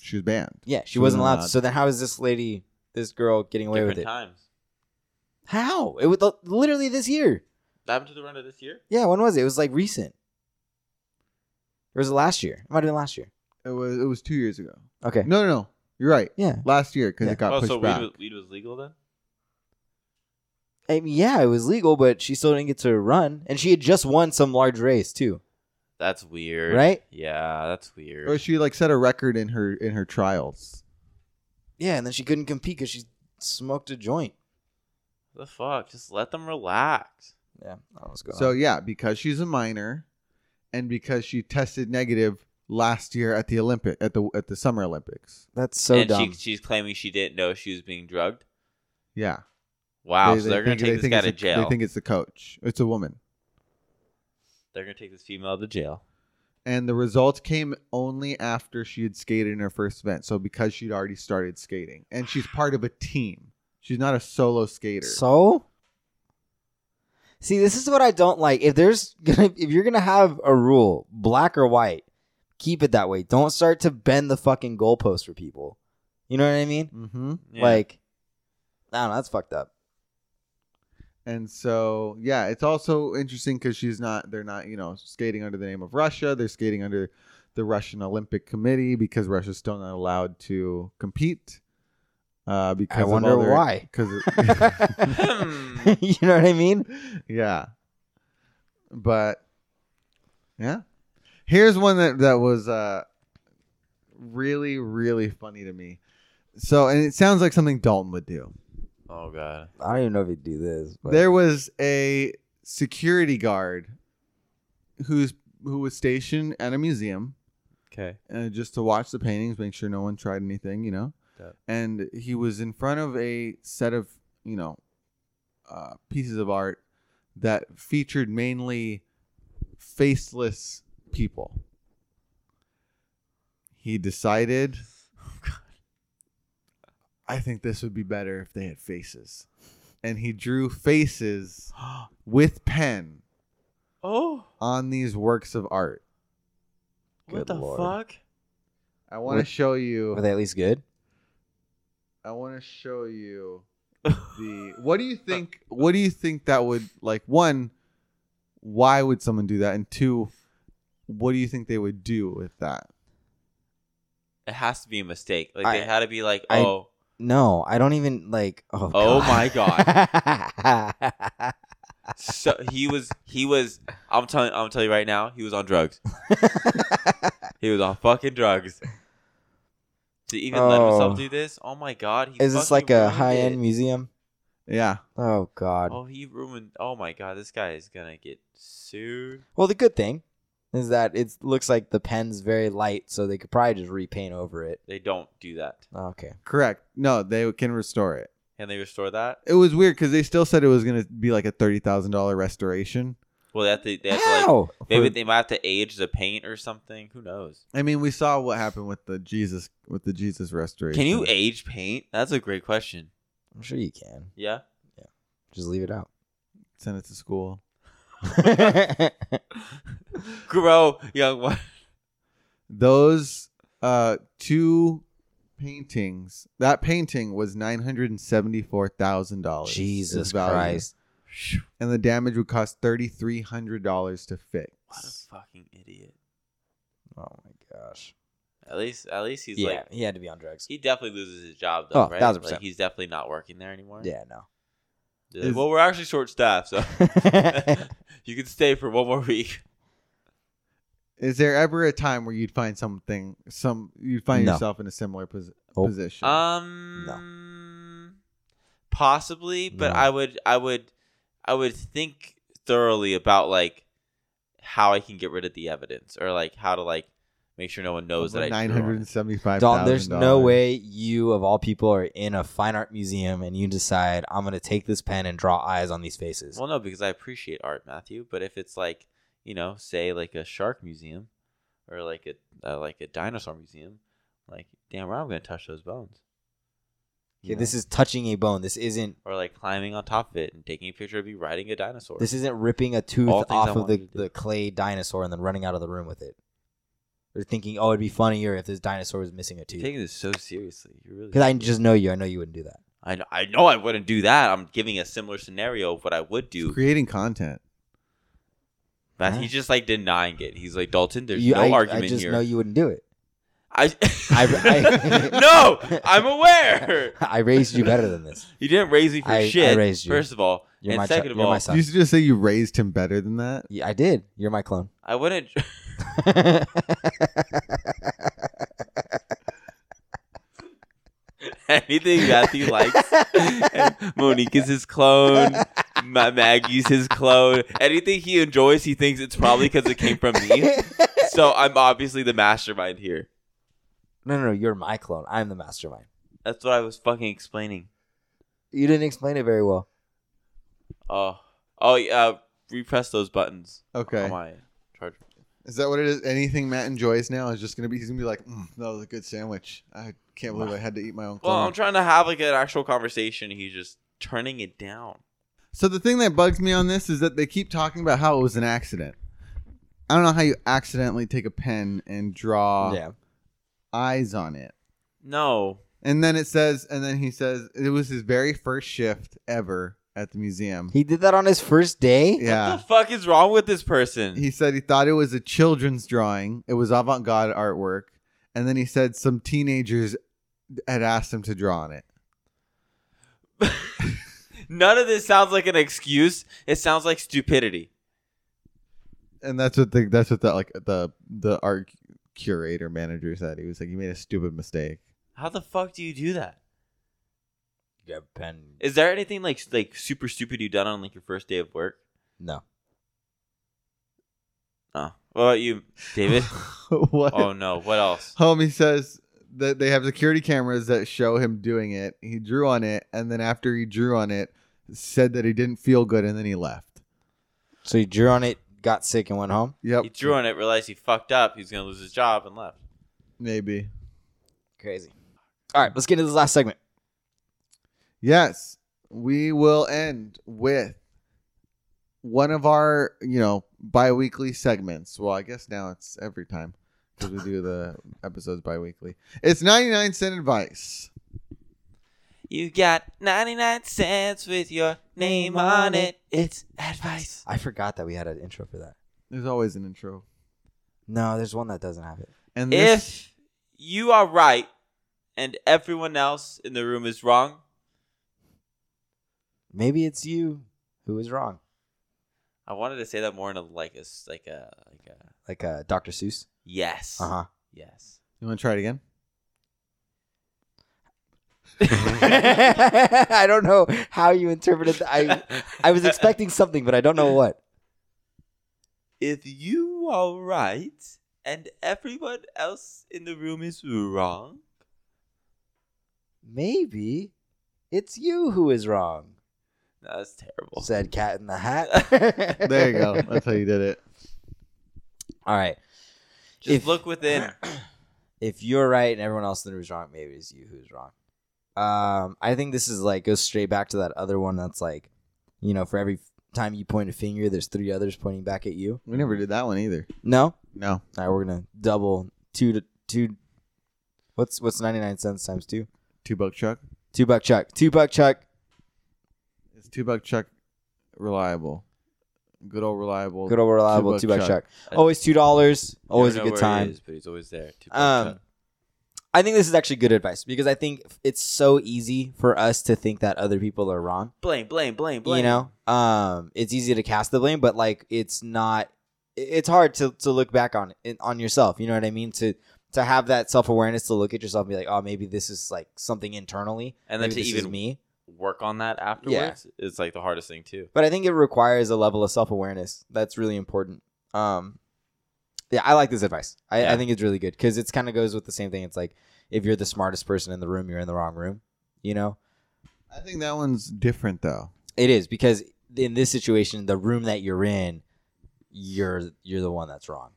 Speaker 3: she was banned.
Speaker 2: Yeah, she,
Speaker 3: She
Speaker 2: wasn't
Speaker 3: wasn't
Speaker 2: allowed.
Speaker 3: allowed.
Speaker 2: To, so then, how is this lady, this girl, getting away
Speaker 1: Different
Speaker 2: with it?
Speaker 1: times.
Speaker 2: How? It was li- literally this year.
Speaker 1: That happened to the runner this year.
Speaker 2: Yeah, when was it? It was like recent. Or was it last year? It might have been last year.
Speaker 3: It was it was two years ago.
Speaker 2: Okay.
Speaker 3: No, no, no. You're right.
Speaker 2: Yeah.
Speaker 3: Last year because
Speaker 2: Yeah.
Speaker 3: it got
Speaker 1: oh,
Speaker 3: pushed
Speaker 1: so
Speaker 3: back.
Speaker 1: Weed, was, weed was legal then.
Speaker 2: I mean, yeah, it was legal, but she still didn't get to run, and she had just won some large race too.
Speaker 1: That's weird.
Speaker 2: Right?
Speaker 1: Yeah. That's weird.
Speaker 3: Or she like set a record in her in her trials.
Speaker 2: Yeah, and then she couldn't compete because she smoked a joint.
Speaker 1: the fuck? Just let them relax.
Speaker 2: Yeah, I don't know what's going
Speaker 3: So
Speaker 2: on.
Speaker 3: yeah, because she's a minor, and because she tested negative last year at the Olympic at the at the Summer Olympics.
Speaker 2: that's so
Speaker 1: and
Speaker 2: dumb.
Speaker 1: She, she's claiming she didn't know she was being drugged.
Speaker 3: Yeah.
Speaker 1: Wow.
Speaker 3: They-
Speaker 1: so
Speaker 3: they
Speaker 1: they're going
Speaker 3: think-
Speaker 1: to
Speaker 3: they
Speaker 1: take this
Speaker 3: think
Speaker 1: guy
Speaker 3: it's
Speaker 1: to
Speaker 3: a-
Speaker 1: jail.
Speaker 3: They think it's the coach. It's a woman.
Speaker 1: they're going to take this female to jail.
Speaker 3: And the results came only after she had skated in her first event. So because she'd already started skating. And she's part of a team. She's not a solo skater.
Speaker 2: So, see, this is what I don't like. If there's gonna, if you're gonna have a rule, black or white, keep it that way. Don't start to bend the fucking goalpost for people. You know what I mean?
Speaker 3: mm-hmm.
Speaker 1: Yeah.
Speaker 2: Like, I don't know. That's fucked up.
Speaker 3: And so, yeah, it's also interesting because she's not, they're not, you know, skating under the name of Russia. They're skating under the Russian Olympic Committee because Russia's still not allowed to compete. Uh, because
Speaker 2: I
Speaker 3: of
Speaker 2: wonder
Speaker 3: all their-
Speaker 2: why.
Speaker 3: 'cause
Speaker 2: you
Speaker 3: it-
Speaker 1: Oh,
Speaker 2: know what I mean?
Speaker 3: yeah. But yeah. Here's one that, that was uh really, really funny to me. So and it sounds like something Dalton would do.
Speaker 1: oh, God.
Speaker 2: I don't even know if you do this. But
Speaker 3: There was a security guard who's who was stationed at a museum
Speaker 1: Okay.
Speaker 3: uh, just to watch the paintings, make sure no one tried anything, you know.
Speaker 1: Yep.
Speaker 3: And he was in front of a set of you know uh, pieces of art that featured mainly faceless people. He decided, I think this would be better if they had faces, and he drew faces with pen
Speaker 1: Oh,
Speaker 3: on these works of art.
Speaker 1: what
Speaker 2: Good
Speaker 1: the
Speaker 2: Lord.
Speaker 1: fuck?
Speaker 3: I want to
Speaker 2: Were-
Speaker 3: show you.
Speaker 2: were they at least good?
Speaker 3: I want to show you the. What do you think? What do you think that would like? One, why would someone do that? And two, what do you think they would do with that?
Speaker 1: It has to be a mistake. Like,
Speaker 2: I-
Speaker 1: they had to be like,
Speaker 2: I-
Speaker 1: oh,
Speaker 2: No, I don't even like. Oh,
Speaker 1: Oh my
Speaker 2: god!
Speaker 1: so he was, he was, I'm telling, I'm telling you right now, he was on drugs. He was on fucking drugs. To even let himself
Speaker 2: Oh.
Speaker 1: do this? Oh, my God. He
Speaker 2: Is this
Speaker 1: fucking
Speaker 2: like a
Speaker 1: ruined
Speaker 2: high
Speaker 1: it.
Speaker 2: end museum?
Speaker 3: Yeah,
Speaker 2: Oh god!
Speaker 1: Oh, he ruined. Oh my god, this guy is gonna get sued.
Speaker 2: Well, the good thing is that it looks like the pen's very light, so they could probably just repaint over it. Oh,
Speaker 1: They don't do that.
Speaker 2: Okay.
Speaker 3: correct. No, they can restore it.
Speaker 1: Can they restore that?
Speaker 3: It was weird because they still said it was gonna be like a thirty thousand dollar restoration.
Speaker 1: Well, they have to. They have to like,
Speaker 2: How?
Speaker 1: maybe
Speaker 3: For-
Speaker 1: they might have to age the paint or something. Who knows?
Speaker 3: I mean, we saw what happened with the Jesus with the Jesus restoration.
Speaker 1: Can you age paint? That's a great question.
Speaker 2: I'm sure you can.
Speaker 1: Yeah.
Speaker 2: Just leave it out.
Speaker 3: send it to school?
Speaker 1: Grow, young one.
Speaker 3: Those uh two paintings. That painting was nine hundred and seventy four thousand dollars.
Speaker 2: Jesus Christ!
Speaker 3: and the damage would cost thirty three hundred dollars to fix.
Speaker 1: What a fucking idiot.
Speaker 2: Oh my gosh!
Speaker 1: At least, at least he's
Speaker 2: yeah,
Speaker 1: like,
Speaker 2: he had to be on drugs.
Speaker 1: he definitely loses his job though,
Speaker 2: Oh,
Speaker 1: right?
Speaker 2: 1000%.
Speaker 1: Like he's definitely not working there anymore.
Speaker 2: Yeah, no.
Speaker 1: They're like,
Speaker 3: Is-
Speaker 1: well, we're actually short staffed, so you can stay for one more week.
Speaker 3: Is there ever a time where you'd find something some you'd find
Speaker 2: No.
Speaker 3: yourself in a similar posi-
Speaker 2: Nope.
Speaker 3: position?
Speaker 1: Um, possibly, but
Speaker 2: No.
Speaker 1: I would, I would, I would think thoroughly about like how I can get rid of the evidence or like how to like make sure no one knows that I
Speaker 3: nine
Speaker 1: drew on
Speaker 3: hundred
Speaker 1: it.
Speaker 3: and seventy five
Speaker 2: Dalton,
Speaker 3: thousand.
Speaker 2: there's no way you, of all people, are in a fine art museum and you decide, I'm going to take this pen and draw eyes on these faces.
Speaker 1: Well, no, because I appreciate art, Matthew. But if it's like you know, say like a shark museum or like a uh, like a dinosaur museum, like damn, right, I'm gonna touch those bones.
Speaker 2: Okay, this is touching a bone. This isn't.
Speaker 1: Or like climbing on top of it and taking a picture of you riding a dinosaur.
Speaker 2: This isn't ripping a tooth
Speaker 1: All things I
Speaker 2: off of
Speaker 1: wanted
Speaker 2: the,
Speaker 1: to do.
Speaker 2: the clay dinosaur and then running out of the room with it. They're thinking, oh, it'd be funnier if this dinosaur was missing a
Speaker 1: You're
Speaker 2: tooth.
Speaker 1: taking this so seriously. You really
Speaker 2: Because I just know you. I know you wouldn't do that.
Speaker 1: I know, I know I wouldn't do that. I'm giving a similar scenario of what I would do.
Speaker 3: creating content.
Speaker 1: But
Speaker 2: Huh?
Speaker 1: he's just like denying it. He's like, Dalton, there's
Speaker 2: You-
Speaker 1: no
Speaker 2: I,
Speaker 1: argument
Speaker 2: I just
Speaker 1: here.
Speaker 2: know you wouldn't do it.
Speaker 1: I,
Speaker 2: I- I-
Speaker 1: no, I'm aware.
Speaker 2: I raised you better than this.
Speaker 1: You didn't raise me for
Speaker 2: I- I
Speaker 1: shit.
Speaker 2: raised you.
Speaker 1: First of all,
Speaker 2: You're
Speaker 1: and
Speaker 2: my chi-
Speaker 1: second of
Speaker 2: you're
Speaker 1: all,
Speaker 2: my son.
Speaker 3: You should just say you raised him better than that.
Speaker 2: Yeah, I did. You're my clone.
Speaker 1: I wouldn't. anything Matthew likes. And Monique is his clone. Ma- Maggie's his clone. Anything he enjoys, he thinks it's probably because it came from me. So I'm obviously the mastermind here.
Speaker 2: No, no, no. You're my clone. I'm the mastermind.
Speaker 1: That's what I was fucking explaining.
Speaker 2: You didn't explain it very well.
Speaker 1: Oh, oh yeah. Repress those buttons
Speaker 3: Okay.
Speaker 1: on my charger.
Speaker 3: Is that what it is? Anything Matt enjoys now is just gonna be he's gonna be like, mm, that was a good sandwich. I can't believe I had to eat my own.
Speaker 1: Well,
Speaker 3: corn."
Speaker 1: I'm trying to have like an actual conversation. He's just turning it down.
Speaker 3: so the thing that bugs me on this is that they keep talking about how it was an accident. I don't know how you accidentally take a pen and
Speaker 1: Uh,
Speaker 3: draw
Speaker 2: yeah.
Speaker 3: eyes on it.
Speaker 1: No,
Speaker 3: And then it says, and then he says, it was his very first shift ever at the museum.
Speaker 2: He did that on his first day?
Speaker 1: what
Speaker 3: yeah.
Speaker 1: the fuck is wrong with this person?
Speaker 3: He said he thought it was a children's drawing. It was avant garde artwork. And then he said some teenagers had asked him to draw on it.
Speaker 1: None of this sounds like an excuse. It sounds like stupidity.
Speaker 3: And that's what the that's what the like the the art curator manager said. He was like, You made a stupid mistake.
Speaker 1: How the fuck do you do that?
Speaker 2: Yeah, pen.
Speaker 1: Is there anything like like super stupid you done on like your first day of work?
Speaker 2: No.
Speaker 1: No. What about you, David?
Speaker 3: what
Speaker 1: oh no. What else?
Speaker 3: Homie says that they have security cameras that show him doing it. He drew on it, and then after he drew on it, said that he didn't feel good, and then he left.
Speaker 2: So he drew on it, got sick, and went home?
Speaker 3: Yep.
Speaker 1: He drew on it, realized he fucked up. He's gonna lose his job and left.
Speaker 3: Maybe.
Speaker 2: Crazy. All right, let's get into this last segment.
Speaker 3: Yes. We will end with one of our, you know, bi-weekly segments. Well, I guess now it's every time because we do the episodes bi-weekly. It's 99 cent advice.
Speaker 1: You got 99 cents with your name on it. It's advice.
Speaker 2: I forgot that we had an intro for that.
Speaker 3: There's always an intro.
Speaker 2: No, there's one that doesn't have it.
Speaker 3: And this
Speaker 1: If you are right and everyone else in the room is wrong,
Speaker 2: Maybe it's you who was wrong,
Speaker 1: I wanted to say that more in a like a s- like a like a
Speaker 2: like uh, Dr. Seuss.
Speaker 1: yes.
Speaker 2: Uh huh.
Speaker 1: Yes.
Speaker 3: you want to try it again?
Speaker 2: I don't know how you interpreted. That. I I was expecting something, but I don't know what.
Speaker 1: if you are right and everyone else in the room is wrong,
Speaker 2: Maybe it's you who is wrong,"
Speaker 1: No, that's terrible.
Speaker 2: said Cat in the Hat.
Speaker 3: There you go. That's how you did it.
Speaker 2: All right.
Speaker 1: Just
Speaker 2: If-
Speaker 1: look within.
Speaker 2: if you're right and everyone else in the room is wrong, maybe it's you who's wrong. Um, I think this is like goes straight back to that other one that's like, you know, for every time you point a finger, there's three others pointing back at you.
Speaker 3: We never did that one either.
Speaker 2: No,
Speaker 3: No.
Speaker 2: all right, we're gonna double two to two. What's what's ninety nine cents times two?
Speaker 3: Two buck Chuck.
Speaker 2: Two buck chuck. Two buck chuck.
Speaker 3: Is two buck Chuck reliable? Good old reliable.
Speaker 2: Good old reliable
Speaker 3: buck
Speaker 2: two buck,
Speaker 3: chuck.
Speaker 2: chuck. Always two dollars. Always a
Speaker 1: Never know
Speaker 2: good
Speaker 1: where he
Speaker 2: time.
Speaker 1: is, but he's always there. Two bucks
Speaker 2: Um,
Speaker 1: up.
Speaker 2: I think this is actually good advice because I think it's so easy for us to think that other people are wrong.
Speaker 1: blame, blame, blame, blame.
Speaker 2: you know um it's easy to cast the blame but like it's not it- it's hard to to look back on it on yourself you know what i mean to to have that self-awareness to look at yourself and be like oh maybe this is like something internally
Speaker 1: And then
Speaker 2: Maybe
Speaker 1: to
Speaker 2: this is
Speaker 1: even-
Speaker 2: me
Speaker 1: work on that afterwards It's like the hardest thing too.
Speaker 2: but i think it requires a level of self-awareness that's really important um yeah i like this advice i,
Speaker 1: Yeah.
Speaker 2: I think it's really good because it's kind of goes with the same thing it's like if you're the smartest person in the room you're in the wrong room you know
Speaker 3: I think that one's different though.
Speaker 2: it is because in this situation the room that you're in you're you're the one that's wrong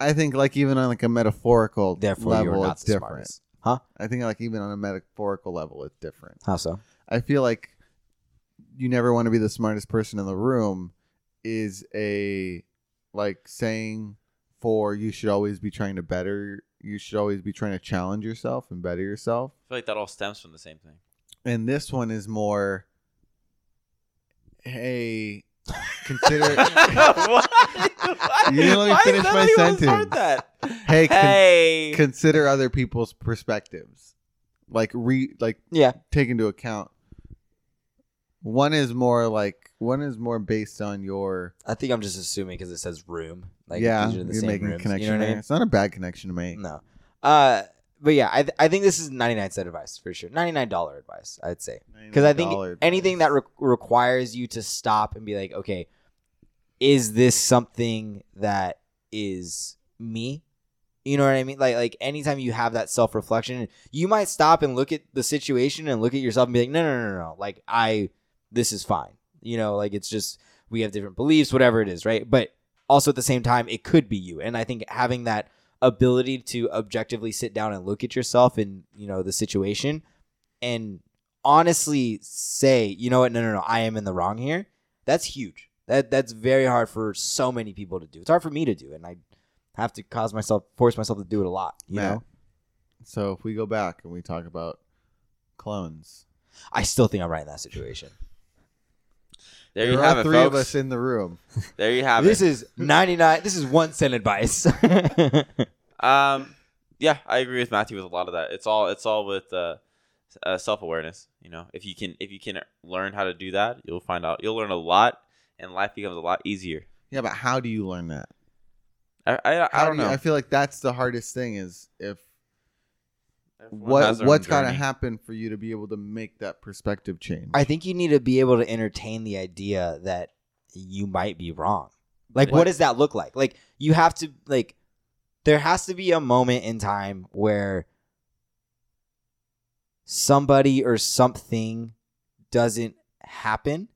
Speaker 3: I think like even on like a metaphorical
Speaker 2: therefore
Speaker 3: level,
Speaker 2: you're not
Speaker 3: it's
Speaker 2: the
Speaker 3: different.
Speaker 2: smartest. Huh?
Speaker 3: I think like even on a metaphorical level, it's different.
Speaker 2: How so?
Speaker 3: I feel like you never want to be the smartest person in the room is a like saying for you should always be trying to better. You should always be trying to challenge yourself and better yourself.
Speaker 1: I feel like that all stems from the same thing.
Speaker 3: And this one is more, hey, consider.
Speaker 1: what?
Speaker 3: You didn't let me
Speaker 1: Why
Speaker 3: finish
Speaker 1: does
Speaker 3: my
Speaker 1: everyone
Speaker 3: sentence.
Speaker 1: start That?
Speaker 3: Hey, con-
Speaker 1: hey.
Speaker 3: consider other people's perspectives like re like
Speaker 2: Yeah.
Speaker 3: take into account one is more like one is more based on your
Speaker 2: I think I'm just assuming because it says room. Like
Speaker 3: yeah
Speaker 2: these are the
Speaker 3: you're
Speaker 2: same
Speaker 3: making
Speaker 2: rooms,
Speaker 3: a connection
Speaker 2: You know what I
Speaker 3: there. it's not a bad connection to make
Speaker 2: mean? No. Uh, but yeah, I, th- I think this is 99 cent advice for sure. $99 advice, I'd say. Because I think anything that re- requires you to stop and be like, okay, is this something that is me? You know what I mean? Like like anytime you have that self reflection, you might stop and look at the situation and look at yourself and be like, no no no no, no. like I this is fine. You know, like it's just we have different beliefs, whatever it is, right? But also at the same time, it could be you. And I think having that ability to objectively sit down and look at yourself and you know the situation and honestly say, you know what, no no no, I am in the wrong here. That's huge. That that's very hard for so many people to do. It's hard for me to do, and I have to cause myself, force myself to do it a lot. You
Speaker 3: Matt.
Speaker 2: know,
Speaker 3: So if we go back and we talk about clones,
Speaker 2: I still think I'm right in that situation.
Speaker 1: There you
Speaker 3: are
Speaker 1: have it,
Speaker 3: three
Speaker 1: folks.
Speaker 3: of us in the room.
Speaker 1: there you have
Speaker 2: This
Speaker 1: it.
Speaker 2: is 99. This is one cent advice.
Speaker 1: um, yeah, I agree with Matthew with a lot of that. It's all it's all with uh, uh, self awareness. You know, if you can if you can learn how to do that, you'll find out you'll learn a lot, and life becomes a lot easier.
Speaker 3: Yeah, but how do you learn that?
Speaker 1: I I, I
Speaker 3: How
Speaker 1: don't
Speaker 3: do you-
Speaker 1: know.
Speaker 3: I feel like that's the hardest thing is if
Speaker 1: Everyone has
Speaker 3: what
Speaker 1: their own
Speaker 3: what's got to
Speaker 1: journey.
Speaker 3: happen for you to be able to make that perspective change.
Speaker 2: I think you need to be able to entertain the idea that you might be wrong. Like, what
Speaker 3: What-
Speaker 2: does that look like? Like, you have to like. There has to be a moment in time where somebody or something doesn't happen,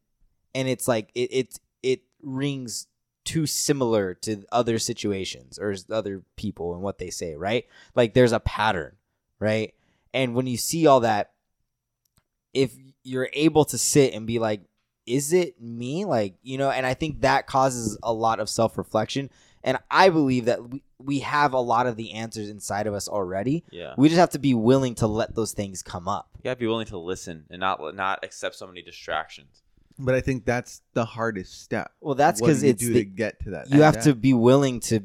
Speaker 2: and it's like it it it rings too similar to other situations or other people and what they say, right? Like, there's a pattern, right? And when you see all that, if you're able to sit and be like, is it me? Like, you know, and I think that causes a lot of self reflection. And I believe that we, we have a lot of the answers inside of us already.
Speaker 1: Yeah,
Speaker 2: We just have to be willing to let those things come up.
Speaker 1: you gotta be willing to listen and not not accept so many distractions.
Speaker 3: but I think that's the hardest step.
Speaker 2: Well, that's
Speaker 3: What do
Speaker 2: because
Speaker 3: you
Speaker 2: it's
Speaker 3: do
Speaker 2: the-
Speaker 3: to get to that.
Speaker 2: you have to
Speaker 3: step?
Speaker 2: be willing to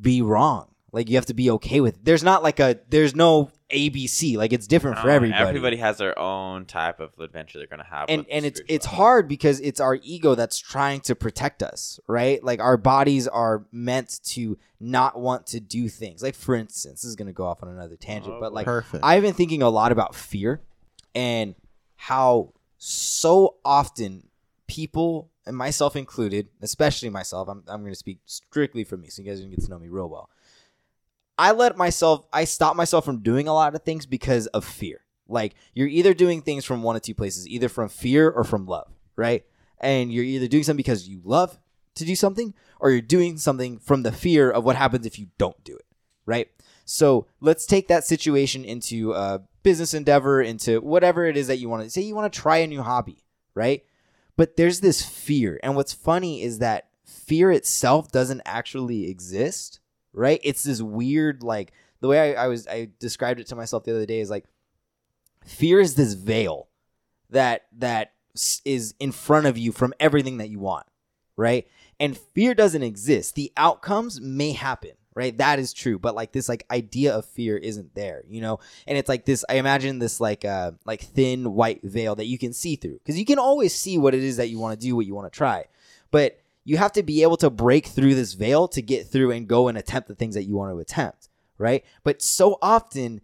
Speaker 2: be wrong. Like, you have to be okay with There's not like a, there's no ABC. Like, it's different for
Speaker 1: Uh,
Speaker 2: everybody.
Speaker 1: Everybody has their own type of adventure they're gonna have.
Speaker 2: and
Speaker 1: with
Speaker 2: and it's it's
Speaker 1: spirituality.
Speaker 2: hard because it's our ego that's trying to protect us, right? Like our bodies are meant to not want to do things. Like for instance, this is gonna go off on another tangent,
Speaker 1: Oh,
Speaker 2: but like
Speaker 3: perfect.
Speaker 2: I've been thinking a lot about fear and how so often people and myself included, especially myself, I'm I'm gonna speak strictly for me, so you guys are gonna get to know me real well. I let myself I stop myself from doing a lot of things because of fear. Like you're either doing things from one of two places, either from fear or from love, right? And you're either doing something because you love to do something or you're doing something from the fear of what happens if you don't do it, right? So let's take that situation into a business endeavor, into whatever it is that you want to say you want to try a new hobby, right? But there's this fear. And what's funny is that fear itself doesn't actually exist, right? It's this weird, like the way I, I was I described it to myself the other day is like fear is this veil that that s- is in front of you from everything that you want right and fear doesn't exist the outcomes may happen right that is true but like this like idea of fear isn't there you know and it's like this i imagine this like uh like thin white veil that you can see through because you can always see what it is that you want to do what you want to try but you have to be able to break through this veil to get through and go and attempt the things that you want to attempt right but so often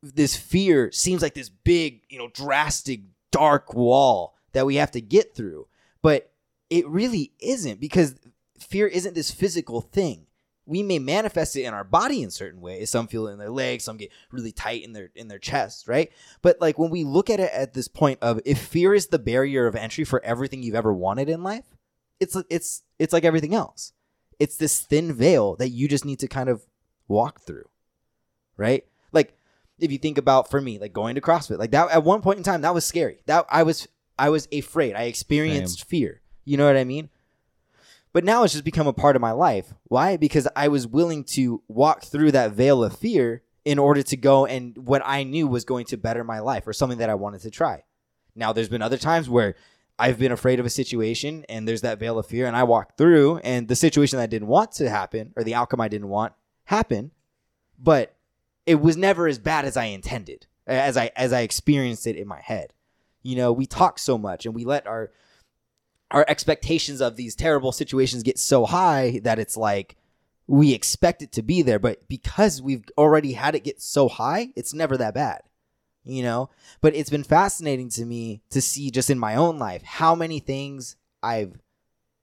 Speaker 2: this fear seems like this big, you know, drastic, dark wall that we have to get through. But it really isn't because fear isn't this physical thing. We may manifest it in our body in certain ways. Some feel it in their legs, some get really tight in their in their chest, right? But like when we look at it at this point of if fear is the barrier of entry for everything you've ever wanted in life, it's it's it's like everything else. It's this thin veil that you just need to kind of walk through. Right? Like if you think about for me, like going to CrossFit, like that at one point in time, that was scary. That I was I was afraid. I experienced fear. You know what I mean? But now it's just become a part of my life. Why? Because I was willing to walk through that veil of fear in order to go and what I knew was going to better my life or something that I wanted to try. Now there's been other times where I've been afraid of a situation and there's that veil of fear and I walk through and the situation that I didn't want to happen or the outcome I didn't want happened, but it was never as bad as I intended, as I as I experienced it in my head. You know, we talk so much and we let our our expectations of these terrible situations get so high that it's like we expect it to be there, but because we've already had it get so high, it's never that bad. You know, but it's been fascinating to me to see just in my own life how many things I've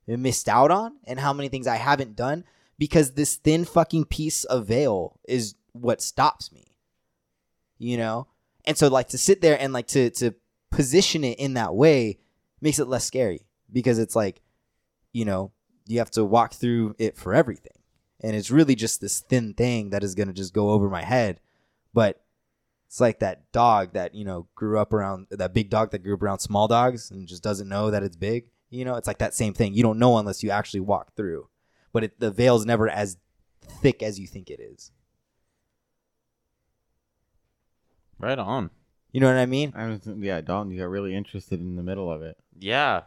Speaker 2: missed out on and how many things I haven't done because this thin fucking piece of veil is what stops me. You know? And so like to sit there and like to to position it in that way makes it less scary because it's like you know, you have to walk through it for everything. And it's really just this thin thing that is going to just go over my head. But it's like that dog that, you know, grew up around that big dog that grew up around small dogs and just doesn't know that it's big. You know, it's like that same thing. You don't know unless you actually walk through. But it, the veil's never as thick as you think it is.
Speaker 1: Right on.
Speaker 2: You know what I mean?
Speaker 3: I was, yeah, Dalton, you got really interested in the middle of it.
Speaker 1: Yeah,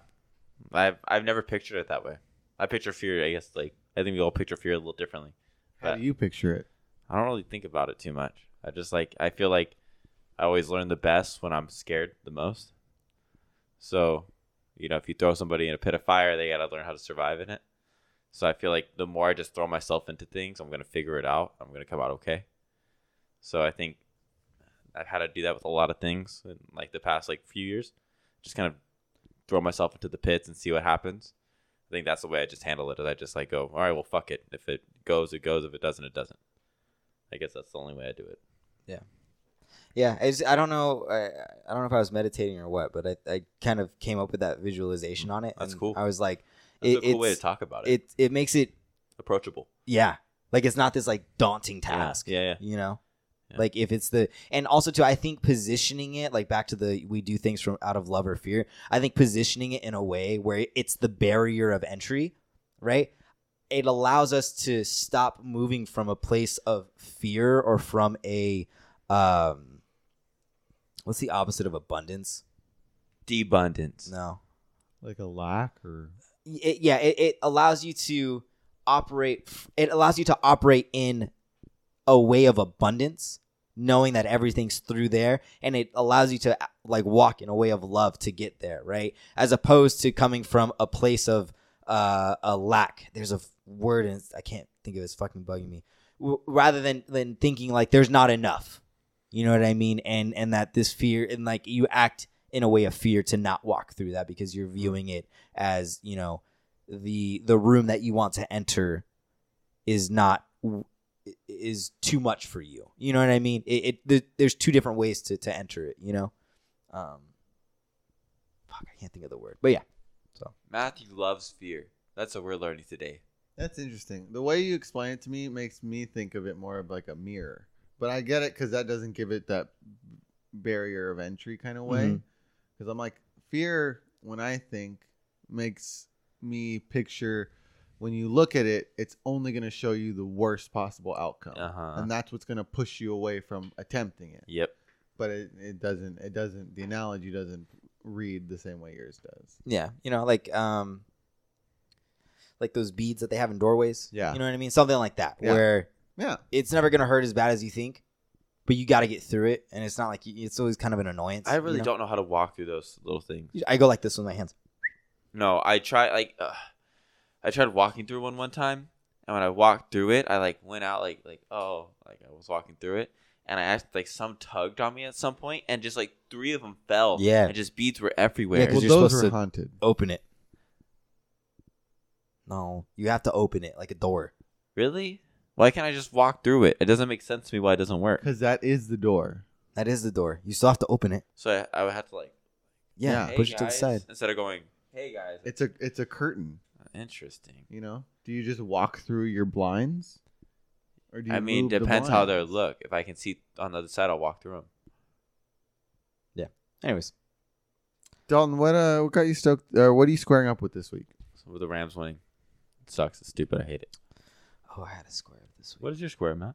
Speaker 1: I've I've never pictured it that way. I picture fear. I guess like I think we all picture fear a little differently.
Speaker 3: How
Speaker 1: But-
Speaker 3: do you picture it?
Speaker 1: I don't really think about it too much. I just like I feel like I always learn the best when I'm scared the most. So, you know, if you throw somebody in a pit of fire, they gotta learn how to survive in it. So I feel like the more I just throw myself into things, I'm gonna figure it out. I'm gonna come out okay. So I think I've had to do that with a lot of things in like the past like few years. Just kind of throw myself into the pits and see what happens. I think that's the way I just handle it. Is I just like go, all right, well, fuck it. If it goes, it goes. If it doesn't, it doesn't. I guess that's the only way I do it.
Speaker 2: Yeah, I, just, I don't know. I, I don't know if I was meditating or what, but I, I kind of came up with that visualization on it.
Speaker 1: That's
Speaker 2: and
Speaker 1: cool.
Speaker 2: I was like,
Speaker 1: That's
Speaker 2: it,
Speaker 1: a cool way to
Speaker 2: it's-
Speaker 1: talk about it.
Speaker 2: it it makes it
Speaker 1: Approachable.
Speaker 2: Yeah. Like it's not this like daunting task.
Speaker 1: Yeah, yeah.
Speaker 2: You know?
Speaker 1: Yeah.
Speaker 2: Like if it's the and also too, I think positioning it like back to the we do things from out of love or fear. I think positioning it in a way where it's the barrier of entry, right? It allows us to stop moving from a place of fear or from a um what's the opposite of abundance?
Speaker 1: Debundance.
Speaker 2: No.
Speaker 3: Like a lack or
Speaker 2: it, yeah, it, it allows you to operate. f- It allows you to operate in a way of abundance, knowing that everything's through there, and it allows you to uh, like walk in a way of love to get there, right? As opposed to coming from a place of uh, a lack. There's a f- word, and it's- I can't think of it. It's fucking bugging me. W- rather than than thinking like there's not enough, you know what I mean, and and that this fear and like you act in a way of fear to not walk through that because you're viewing it as you know the the room that you want to enter is not is too much for you you know what i mean it, it there, there's two different ways to to enter it you know um fuck i can't think of the word but yeah
Speaker 1: Matthew loves fear. That's what we're learning today.
Speaker 3: That's interesting. The way you explain it to me makes me think of it more of like a mirror. But I get it because that doesn't give it that barrier of entry kind of way. Because
Speaker 2: Mhm.
Speaker 3: I'm like, fear, when I think, makes me picture when you look at it, it's only going to show you the worst possible outcome.
Speaker 1: Uh huh.
Speaker 3: And that's what's going to push you away from attempting it.
Speaker 1: Yep.
Speaker 3: But it, it doesn't, it doesn't, the analogy doesn't read the same way yours does.
Speaker 2: yeah you know like um like those beads that they have in doorways
Speaker 3: Yeah.
Speaker 2: you know what i mean something like that
Speaker 3: Yeah.
Speaker 2: where
Speaker 3: Yeah.
Speaker 2: it's never gonna hurt as bad as you think but you got to get through it and it's not like you, it's always kind of an annoyance
Speaker 1: I
Speaker 2: you
Speaker 1: really
Speaker 2: know?
Speaker 1: don't know how to walk through those little things.
Speaker 2: i go like this with my hands
Speaker 1: No, I try like uh, I tried walking through one one time, and when I walked through it, I like went out like like oh like I was walking through it, and I asked like some tugged on me at some point, and just like three of them fell.
Speaker 2: Yeah.
Speaker 1: and just beads were everywhere.
Speaker 2: Yeah, 'cause
Speaker 3: Well,
Speaker 2: you're
Speaker 3: those
Speaker 2: supposed
Speaker 3: were
Speaker 2: to-
Speaker 3: haunted.
Speaker 2: open it. No, you have to open it like a door.
Speaker 1: really? Why can't I just walk through it? It doesn't make sense to me why it doesn't work.
Speaker 3: Because that is the door.
Speaker 2: That is the door. You still have to open it.
Speaker 1: So I, I would have to like
Speaker 2: Yeah,
Speaker 3: Yeah.
Speaker 1: "Hey,
Speaker 2: push it to the
Speaker 1: guys,"
Speaker 2: side.
Speaker 1: instead of going hey guys.
Speaker 3: It's a it's a curtain,
Speaker 1: Interesting.
Speaker 3: you know? Do you just walk through your blinds? Or do
Speaker 1: I mean,
Speaker 3: move the
Speaker 1: depends how they
Speaker 3: blinds?
Speaker 1: look. If I can see on the other side, I'll walk through them.
Speaker 2: Anyways,
Speaker 3: Dalton, what uh what got you stoked or what are you squaring up with this week?
Speaker 1: So with the Rams winning, it sucks. It's stupid. I hate it.
Speaker 2: oh, I had a square up this week.
Speaker 1: What is your square, Matt?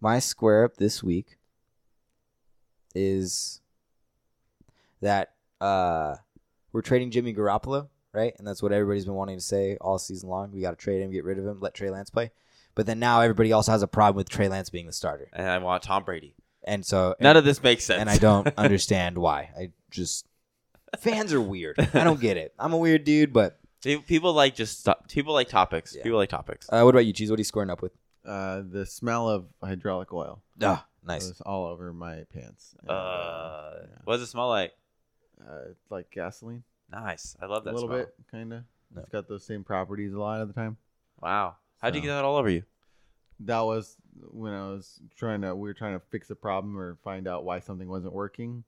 Speaker 2: My square up this week is that uh we're trading Jimmy Garoppolo, right? And that's what everybody's been wanting to say all season long. We got to trade him, get rid of him, let Trey Lance play. But then now everybody also has a problem with Trey Lance being the starter,
Speaker 1: And I want Tom Brady.
Speaker 2: and so
Speaker 1: None of this makes sense.
Speaker 2: and I don't understand why. I just fans are weird. I don't get it. I'm a weird dude, but
Speaker 1: Pe- People like just stop. People like topics.
Speaker 2: Yeah.
Speaker 1: People like topics.
Speaker 2: uh, what about you, Cheese? What are you scoring up with?
Speaker 3: Uh the smell of hydraulic oil.
Speaker 2: Ah,
Speaker 3: It
Speaker 2: nice.
Speaker 3: was all over my pants. And,
Speaker 1: Uh,
Speaker 3: yeah.
Speaker 1: What does it smell like?
Speaker 3: Uh, it's like gasoline.
Speaker 1: Nice. I love that
Speaker 3: a little
Speaker 1: smell.
Speaker 3: bit, kinda.
Speaker 2: No.
Speaker 3: It's got those same properties a lot of the time.
Speaker 1: Wow. How'd you
Speaker 3: So-
Speaker 1: get that all over you?
Speaker 3: That was when I was trying to we were trying to fix a problem or find out why something wasn't working.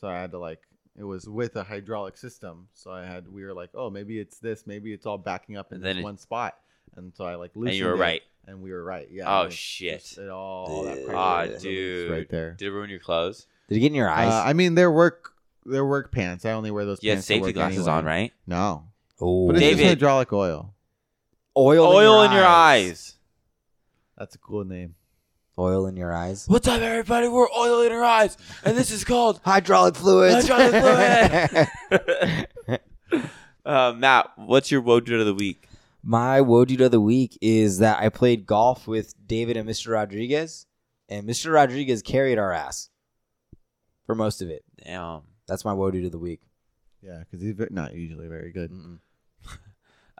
Speaker 3: So I had to like it was with a hydraulic system. So I had we were like, oh maybe it's this, maybe it's all backing up in
Speaker 1: And then
Speaker 3: this
Speaker 1: it-
Speaker 3: one spot. And so I like loosened
Speaker 1: And you were
Speaker 3: it,
Speaker 1: right.
Speaker 3: and we were right. Yeah.
Speaker 1: Oh,
Speaker 3: and it's
Speaker 1: shit.
Speaker 3: just- uh, It all, all that
Speaker 2: Ugh.
Speaker 3: pressure
Speaker 2: Ah,
Speaker 3: was released right
Speaker 1: dude.
Speaker 3: there.
Speaker 1: Did it ruin your clothes?
Speaker 2: Did it get in your eyes?
Speaker 3: Uh, I mean, their work, their work pants. I only wear those.
Speaker 1: You had
Speaker 3: pants to
Speaker 1: safety
Speaker 3: work
Speaker 1: glasses
Speaker 3: anyway.
Speaker 1: on, right?
Speaker 3: No,
Speaker 2: oh,
Speaker 3: but it's just
Speaker 1: David.
Speaker 3: hydraulic oil.
Speaker 2: oil,
Speaker 1: Oil in your eyes.
Speaker 3: That's a cool name.
Speaker 2: Oil in your eyes.
Speaker 1: What's up, everybody? We're oil in our eyes, and this is called.
Speaker 2: Hydraulic fluids.
Speaker 1: Hydraulic fluid. uh, Matt, what's your woe of the week?
Speaker 2: My wojude of the week is that I played golf with David and Mr. Rodriguez, and Mr. Rodriguez carried our ass for most of it.
Speaker 1: Damn.
Speaker 2: That's my wojude of the week.
Speaker 3: Yeah, because he's ve- not usually very
Speaker 1: Mm.
Speaker 3: good.
Speaker 2: Mm-mm.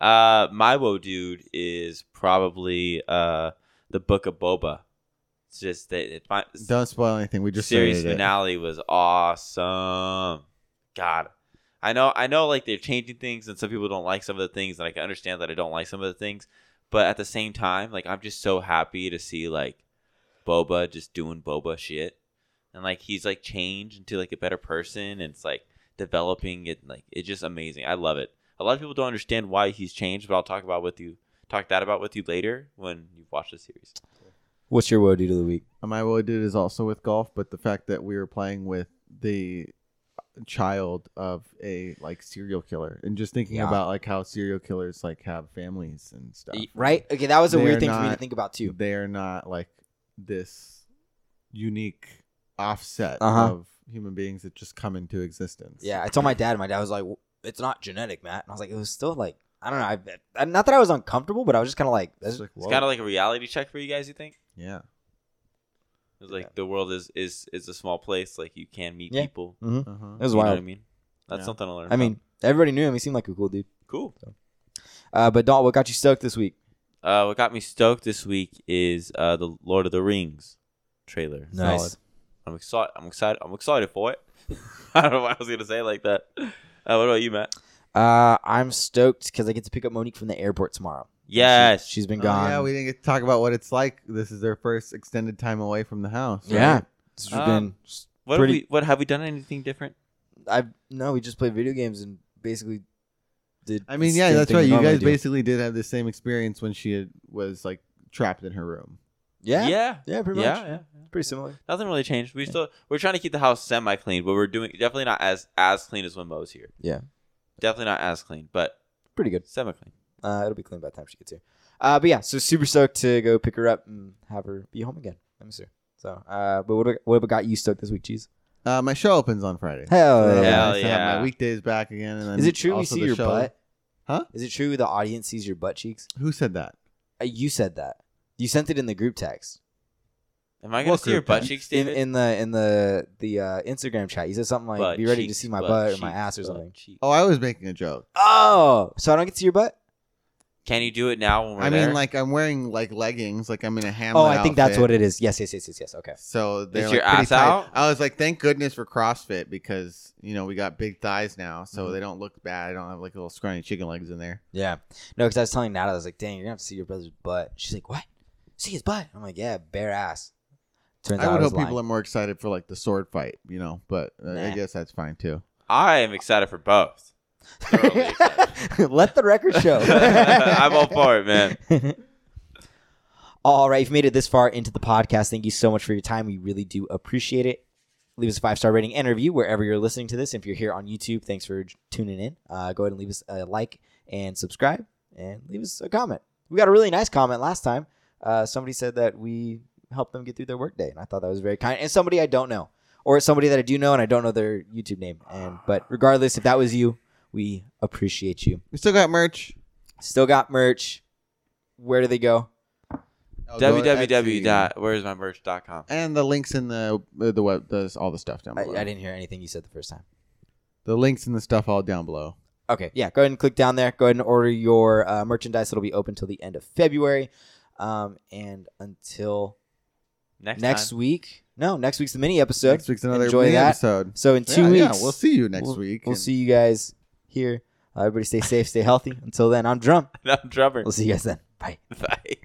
Speaker 1: Uh, my woe dude is probably uh the Book of Boba. It's just that it, my
Speaker 3: Don't spoil anything. We just
Speaker 1: series
Speaker 3: started it.
Speaker 1: finale was awesome. God, I know, I know, like they're changing things, and some people don't like some of the things, and I can understand that I don't like some of the things, but at the same time, like I'm just so happy to see like Boba just doing Boba shit, and like he's like changed into like a better person, and it's like developing it, like it's just amazing. I love it. A lot of people don't understand why he's changed, but I'll talk about with you, talk that about with you later when you've watched the series.
Speaker 2: What's your wojude of the week?
Speaker 3: My woe dude is also with golf, but the fact that we were playing with the child of a like serial killer and just thinking
Speaker 2: Yeah.
Speaker 3: about like how serial killers like have families and stuff.
Speaker 1: Y-
Speaker 2: Right? Okay, that was a
Speaker 3: They're
Speaker 2: weird thing for me to
Speaker 3: not-
Speaker 2: think about too.
Speaker 3: They're not like this unique offset
Speaker 2: Uh-huh.
Speaker 3: of human beings that just come into existence.
Speaker 2: Yeah, I told my dad. My dad was like, "W- "It's not genetic, Matt," and I was like, "It was still like." I don't know. I, I- not that I was uncomfortable, but I was just kind of like,
Speaker 3: It's
Speaker 2: that's-
Speaker 3: like,
Speaker 1: It's
Speaker 3: whoa.
Speaker 1: kind of like a reality check for you guys. You think?
Speaker 3: yeah.
Speaker 1: It was like the world is is is a small place. Like you can meet
Speaker 2: Yeah.
Speaker 1: people.
Speaker 3: Uh-huh.
Speaker 2: mm-hmm, it was
Speaker 1: you know
Speaker 2: wild.
Speaker 1: what I mean? That's
Speaker 3: Yeah.
Speaker 1: something I learned.
Speaker 2: I mean, everybody knew him. He seemed like a cool dude.
Speaker 1: cool.
Speaker 2: Uh, but Don, what got you stoked this week?
Speaker 1: Uh, what got me stoked this week is uh the Lord of the Rings trailer.
Speaker 2: Nice.
Speaker 1: Solid. I'm excited. I'm excited. I'm excited for it. I don't know why I was gonna say it like that. Uh, what about you, Matt?
Speaker 2: Uh, I'm stoked because I get to pick up Monique from the airport tomorrow.
Speaker 1: Yes,
Speaker 2: she, has been
Speaker 3: Oh,
Speaker 2: gone.
Speaker 3: yeah, we didn't get to talk about what it's like. This is their first extended time away from the house.
Speaker 2: Yeah.
Speaker 3: right?
Speaker 2: It's
Speaker 1: Um,
Speaker 2: been.
Speaker 1: What
Speaker 2: pretty-
Speaker 1: have we? What have we done? Anything different?
Speaker 2: I no, we just played video games and basically did.
Speaker 3: I
Speaker 2: the
Speaker 3: mean, yeah,
Speaker 2: same
Speaker 3: that's
Speaker 2: thing
Speaker 3: right.
Speaker 2: we
Speaker 3: You
Speaker 2: normally
Speaker 3: guys
Speaker 2: do.
Speaker 3: basically did have the same experience when she had, was like trapped in her room.
Speaker 2: Yeah, yeah,
Speaker 1: yeah,
Speaker 2: pretty
Speaker 1: yeah,
Speaker 2: much.
Speaker 1: yeah.
Speaker 2: Pretty similar.
Speaker 1: Nothing really changed. We still we're trying to keep the house semi clean, but we're doing definitely not as as clean as when Mo's here.
Speaker 2: Yeah.
Speaker 1: definitely not as clean, but
Speaker 2: Pretty good.
Speaker 1: semi clean.
Speaker 2: Uh, it'll be clean by the time she gets here. Uh, but yeah, so super stoked to go pick her up and have her be home again. I'm sure. So, uh, but what what got you stoked this week, cheese?
Speaker 3: Uh, my show opens on Friday.
Speaker 2: Hell yeah!
Speaker 3: So
Speaker 1: yeah.
Speaker 3: nice to have
Speaker 1: yeah.
Speaker 3: My weekdays back again. And then
Speaker 2: Is it true we
Speaker 3: also
Speaker 2: see
Speaker 3: the
Speaker 2: your
Speaker 3: show-
Speaker 2: butt?
Speaker 3: Huh?
Speaker 2: Is it true the audience sees your butt cheeks?
Speaker 3: Who said that?
Speaker 2: Uh, you said that. You sent it in the group text.
Speaker 1: Am I gonna
Speaker 3: Well,
Speaker 1: see your
Speaker 3: group
Speaker 1: butt
Speaker 3: then.
Speaker 1: cheeks,
Speaker 2: in,
Speaker 1: David?
Speaker 2: in the in the the uh, Instagram chat. You said something like,
Speaker 1: Butt
Speaker 2: "Be ready
Speaker 1: cheeks,
Speaker 2: to see my butt or my
Speaker 1: cheeks,
Speaker 2: ass or
Speaker 1: butt
Speaker 2: something."
Speaker 1: cheeks.
Speaker 3: Oh, I was making a joke.
Speaker 2: Oh, so I don't get to see your butt?
Speaker 1: Can you do it now when we're
Speaker 3: I
Speaker 1: there?
Speaker 3: mean, like I'm wearing like leggings, like I'm in a hamlet.
Speaker 2: oh, I think that's what it is. Yes, yes, yes, yes, yes. Okay.
Speaker 3: So they're
Speaker 1: Is
Speaker 3: like,
Speaker 1: your
Speaker 3: pretty
Speaker 1: ass
Speaker 3: tight.
Speaker 1: out?
Speaker 3: I was like, thank goodness for CrossFit because you know we got big thighs now, so
Speaker 2: Mhm.
Speaker 3: they don't look bad. I don't have like little scrawny chicken legs in there.
Speaker 2: Yeah. No, because I was telling Nada, I was like, "Dang, you're gonna have to see your brother's butt." She's like, "What? See his butt?" I'm like, "Yeah, bare ass." Turns
Speaker 3: I
Speaker 2: out
Speaker 3: would
Speaker 2: I was
Speaker 3: hope people are
Speaker 2: lying.
Speaker 3: more excited for like the sword fight, you know. But uh, I
Speaker 2: Nah.
Speaker 3: guess that's fine too.
Speaker 1: I am excited for both. Thoroughly excited.
Speaker 2: Let the record show.
Speaker 1: I'm all for it, man.
Speaker 2: All right, if you made it this far into the podcast, thank you so much for your time. We really do appreciate it. Leave us a five star rating and review wherever you're listening to this. If you're here on YouTube, thanks for j- tuning in. Uh, go ahead and leave us a like and subscribe and leave us a comment. We got a really nice comment last time. Uh, somebody said that we helped them get through their workday, and I thought that was very kind. And somebody I don't know, or somebody that I do know and I don't know their YouTube name. And but regardless, if that was you, we appreciate you.
Speaker 3: We still got merch.
Speaker 2: Still got merch. Where do they go?
Speaker 3: I'll go at the-
Speaker 1: www.where'smymerch.com.
Speaker 3: and the links in the uh, the web the, all the stuff down
Speaker 2: I,
Speaker 3: below.
Speaker 2: I didn't hear anything you said the first time.
Speaker 3: The links in the stuff all down below.
Speaker 2: Okay, yeah, go ahead and click down there. Go ahead and order your uh, merchandise. It'll be open till the end of February. Um, and until
Speaker 1: Next,
Speaker 2: next,
Speaker 1: next
Speaker 2: week, no, next week's the mini episode.
Speaker 3: next week's another
Speaker 2: enjoy
Speaker 3: mini
Speaker 2: that.
Speaker 3: episode.
Speaker 2: So in two
Speaker 3: yeah,
Speaker 2: weeks,
Speaker 3: yeah, we'll see you next
Speaker 2: we'll-
Speaker 3: week.
Speaker 2: We'll
Speaker 3: and
Speaker 2: see you guys here. Uh, everybody stay safe, stay healthy. Until then, I'm Drum.
Speaker 1: time. I'm Trevor.
Speaker 2: We'll see you guys then. Bye.
Speaker 1: Bye.